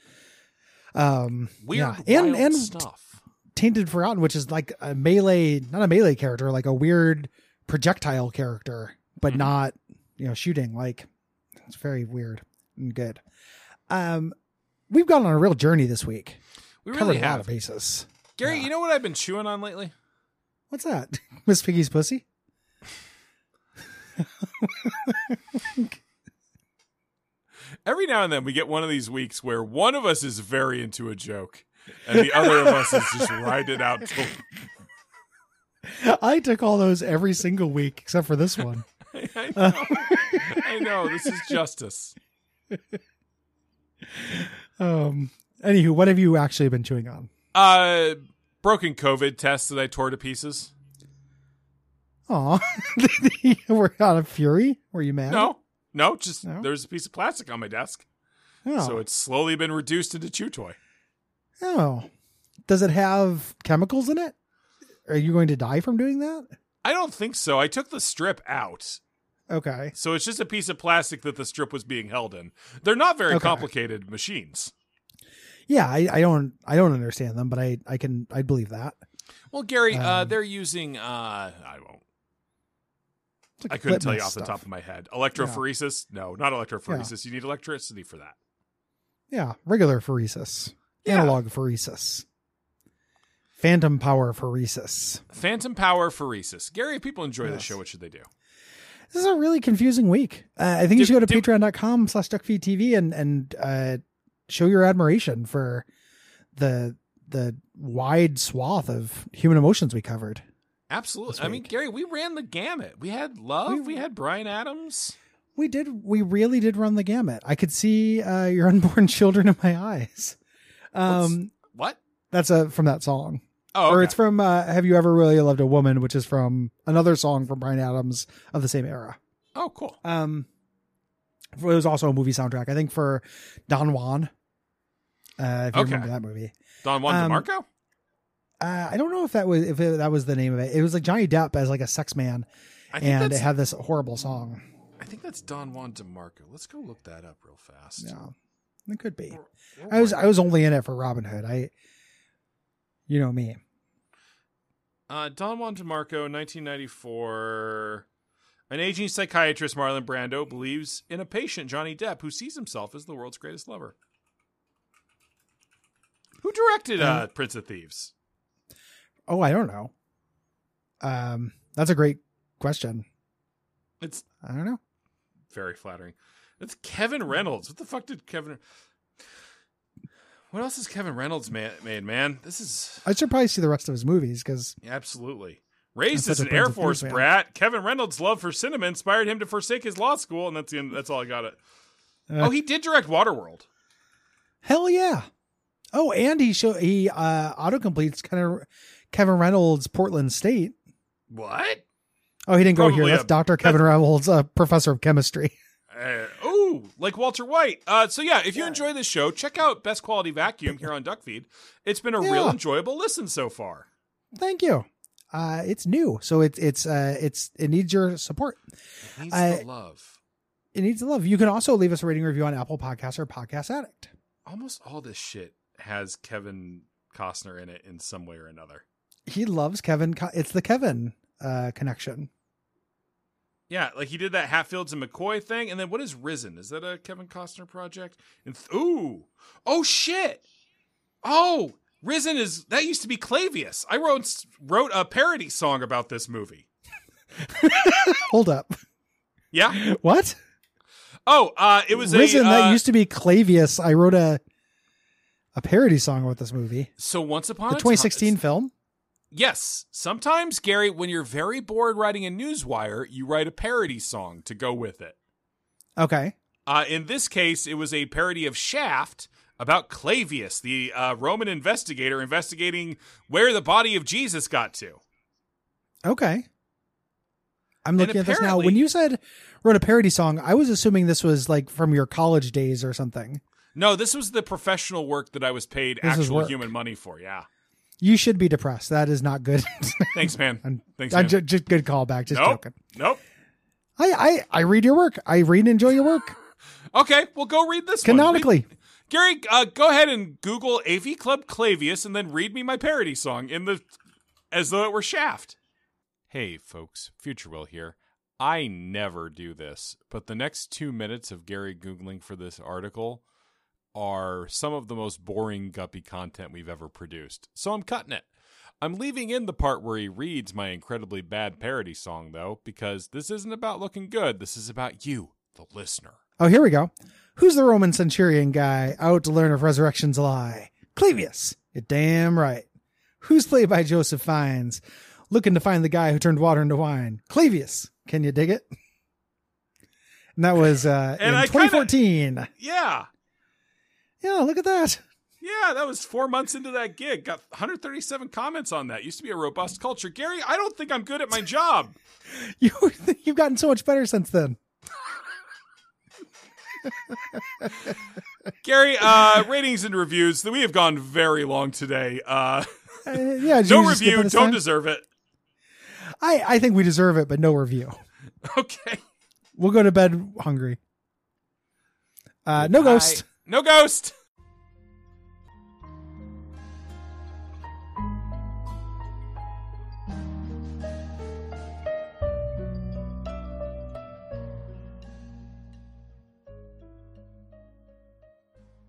Um,
Weird,
yeah, and
wild
and
stuff.
Tainted Forgotten, which is like a melee, not a melee character, like a weird projectile character, but
Mhm.
not you know shooting. Like it's very weird and good. Um, we've gone on a real journey this week.
We
Covered a
really
lot of
have.
bases.
Gary,
yeah.
you know what I've been chewing on lately?
What's that? Miss Piggy's pussy?
Every now and then we get one of these weeks where one of us is very into a joke, and the other of us is just riding out till
I took all those every single week except for this one.
I know. I know. This is justice.
Um, anywho, what have you actually been chewing on?
Uh, broken COVID tests that I tore to pieces.
Aw, we're out of fury. Were you mad?
No, no, just
No?
there's a piece of plastic on my desk,
Oh.
so it's slowly been reduced into chew toy.
oh. Does it have chemicals in it? Are you going to die from doing that?
I don't think so. I took the strip out,
Okay.
so it's just a piece of plastic that the strip was being held in. They're not very
Okay.
complicated machines.
Yeah, I, I don't I don't understand them, but I I can I believe that.
Well, Gary, uh,
Um,
they're using uh, I won't.
It's like
I couldn't tell you
litmus
off the
stuff.
top of my head. Electrophoresis? No, not electrophoresis. You need electricity for that.
Yeah, regular phoresis.
Yeah.
Analog phoresis. Phantom power phoresis.
Phantom power phoresis. Gary, if people enjoy the
Yes.
show, what should they do?
This is a really confusing week. Uh, I think you
Dude,
should go to
dude.
patreon.com slash duckfeedtv and, and uh, show your admiration for the the wide swath of human emotions we covered.
Absolutely.
this
I mean,
week.
Gary, we ran the gamut. We had love. We,
We-
had Brian Adams.
We did. We really did run the gamut. I could see uh, your unborn children in my eyes. Um,
What?
that's a from that song,
Oh,
or
okay.
it's from uh, "Have You Ever Really Loved a Woman," which is from another song from Brian Adams of the same era.
oh, cool.
Um, it was also a movie soundtrack, I think, for Don Juan. Uh, if you
Okay.
remember that movie,
Don Juan
um,
DeMarco.
uh, I don't know if that was if it, that was the name of it. It was like Johnny Depp as like a sex man,
I think
and it
that's.
had this horrible song.
I think that's Don Juan DeMarco. Let's go look that up real fast.
Yeah, it could be.
Or- or
I was
Brian-
I was only in it for Robin Hood. I, you know me.
Uh, Don Juan DeMarco, 1994. An aging psychiatrist, Marlon Brando, believes in a patient, Johnny Depp, who sees himself as the world's greatest lover. Who directed uh, Prince of Thieves?
Oh, I don't know. Um, that's a great question.
It's
I don't know.
very flattering. That's Kevin Reynolds. What the fuck did Kevin? What else has Kevin Reynolds ma- made, man? This is
I should probably see the rest of his movies because
absolutely raised
That's
as
such
an
a
Air
Prince of
Force
Thieves fan.
brat. Kevin Reynolds' love for cinema inspired him to forsake his law school, and that's the end. That's all I got. It.
Uh.
oh, he did direct Waterworld.
Hell yeah. Oh, and he show he uh auto completes kind of Kevin Reynolds Portland State.
What?
Oh, he didn't go here.
Probably
That's
a-
Dr. Kevin Reynolds, uh, professor of chemistry.
Uh, ooh, like Walter White. Uh, so yeah, if you enjoy this show, check out Best Quality Vacuum here on Duckfeed. It's been a real
Yeah.
enjoyable listen so far.
Thank you. Uh, it's new, so it's it's uh, it's it needs your support. Uh,
It needs
I-
the love.
It needs love. You can also leave us a rating review on Apple Podcasts or Podcast Addict.
Almost all this shit has Kevin Costner in it in some way or another.
He loves Kevin. Co- It's the Kevin uh, connection.
Yeah, like he did that Hatfields and McCoy thing, and then what is Risen? Is that a Kevin Costner project? And th- ooh, oh shit, oh Risen is that used to be Clavius. I wrote wrote a parody song about this movie.
Hold up,
Yeah.
what?
Oh, uh, it was
Risen
a, uh,
that used to be Clavius. I wrote a a parody song about this movie,
So once upon
the
a
2016
Time,
film.
yes, sometimes Gary, when you're very bored writing a newswire, you write a parody song to go with it.
Okay,
Uh, in this case, it was a parody of Shaft about Clavius, the uh, Roman investigator investigating where the body of Jesus got to.
okay. I'm
And
looking at this now. When
apparently-
you said wrote a parody song, I was assuming this was like from your college days or something.
No, this was the professional work that I was paid
This is
actual
work.
human money for. Yeah.
You should be depressed. That is not good.
Thanks, man.
I'm-
Thanks,
I'm
man.
Uh, ju- just good callback. Just
nope.
joking.
Nope.
I, I I read your work. I read and enjoy your work.
Okay, well, go read this one. Read-
Canonically,
Gary, uh, go ahead and Google AV Club Clavius and then read me my parody song in the as though it were Shaft. Hey, folks, Future Will here. I never do this, but the next two minutes of Gary Googling for this article are some of the most boring guppy content we've ever produced, so I'm cutting it. I'm leaving in the part where he reads my incredibly bad parody song, though, because this isn't about looking good. This is about you, the listener.
oh here we go. Who's the Roman centurion guy out to learn if resurrection's a lie? Clavius. You're damn right. Who's played by Joseph Fiennes, looking to find the guy who turned water into wine? Clavius. Can you dig it? And that was uh,
And
in
I kinda-
2014.
Yeah.
Yeah, look at that.
Yeah, that was four months into that gig. Got 137 comments on that. Used to be a robust culture. Gary, I don't think I'm good at my job.
You you've gotten so much better since then.
Gary, uh, ratings and reviews. We have gone very long today. Uh,
Uh, yeah, did
no
you just skip
review.
it
Don't
this time?
deserve it.
I, I think we deserve it, but no review.
Okay.
We'll go to bed hungry. Uh, no
Bye.
ghost.
No ghost.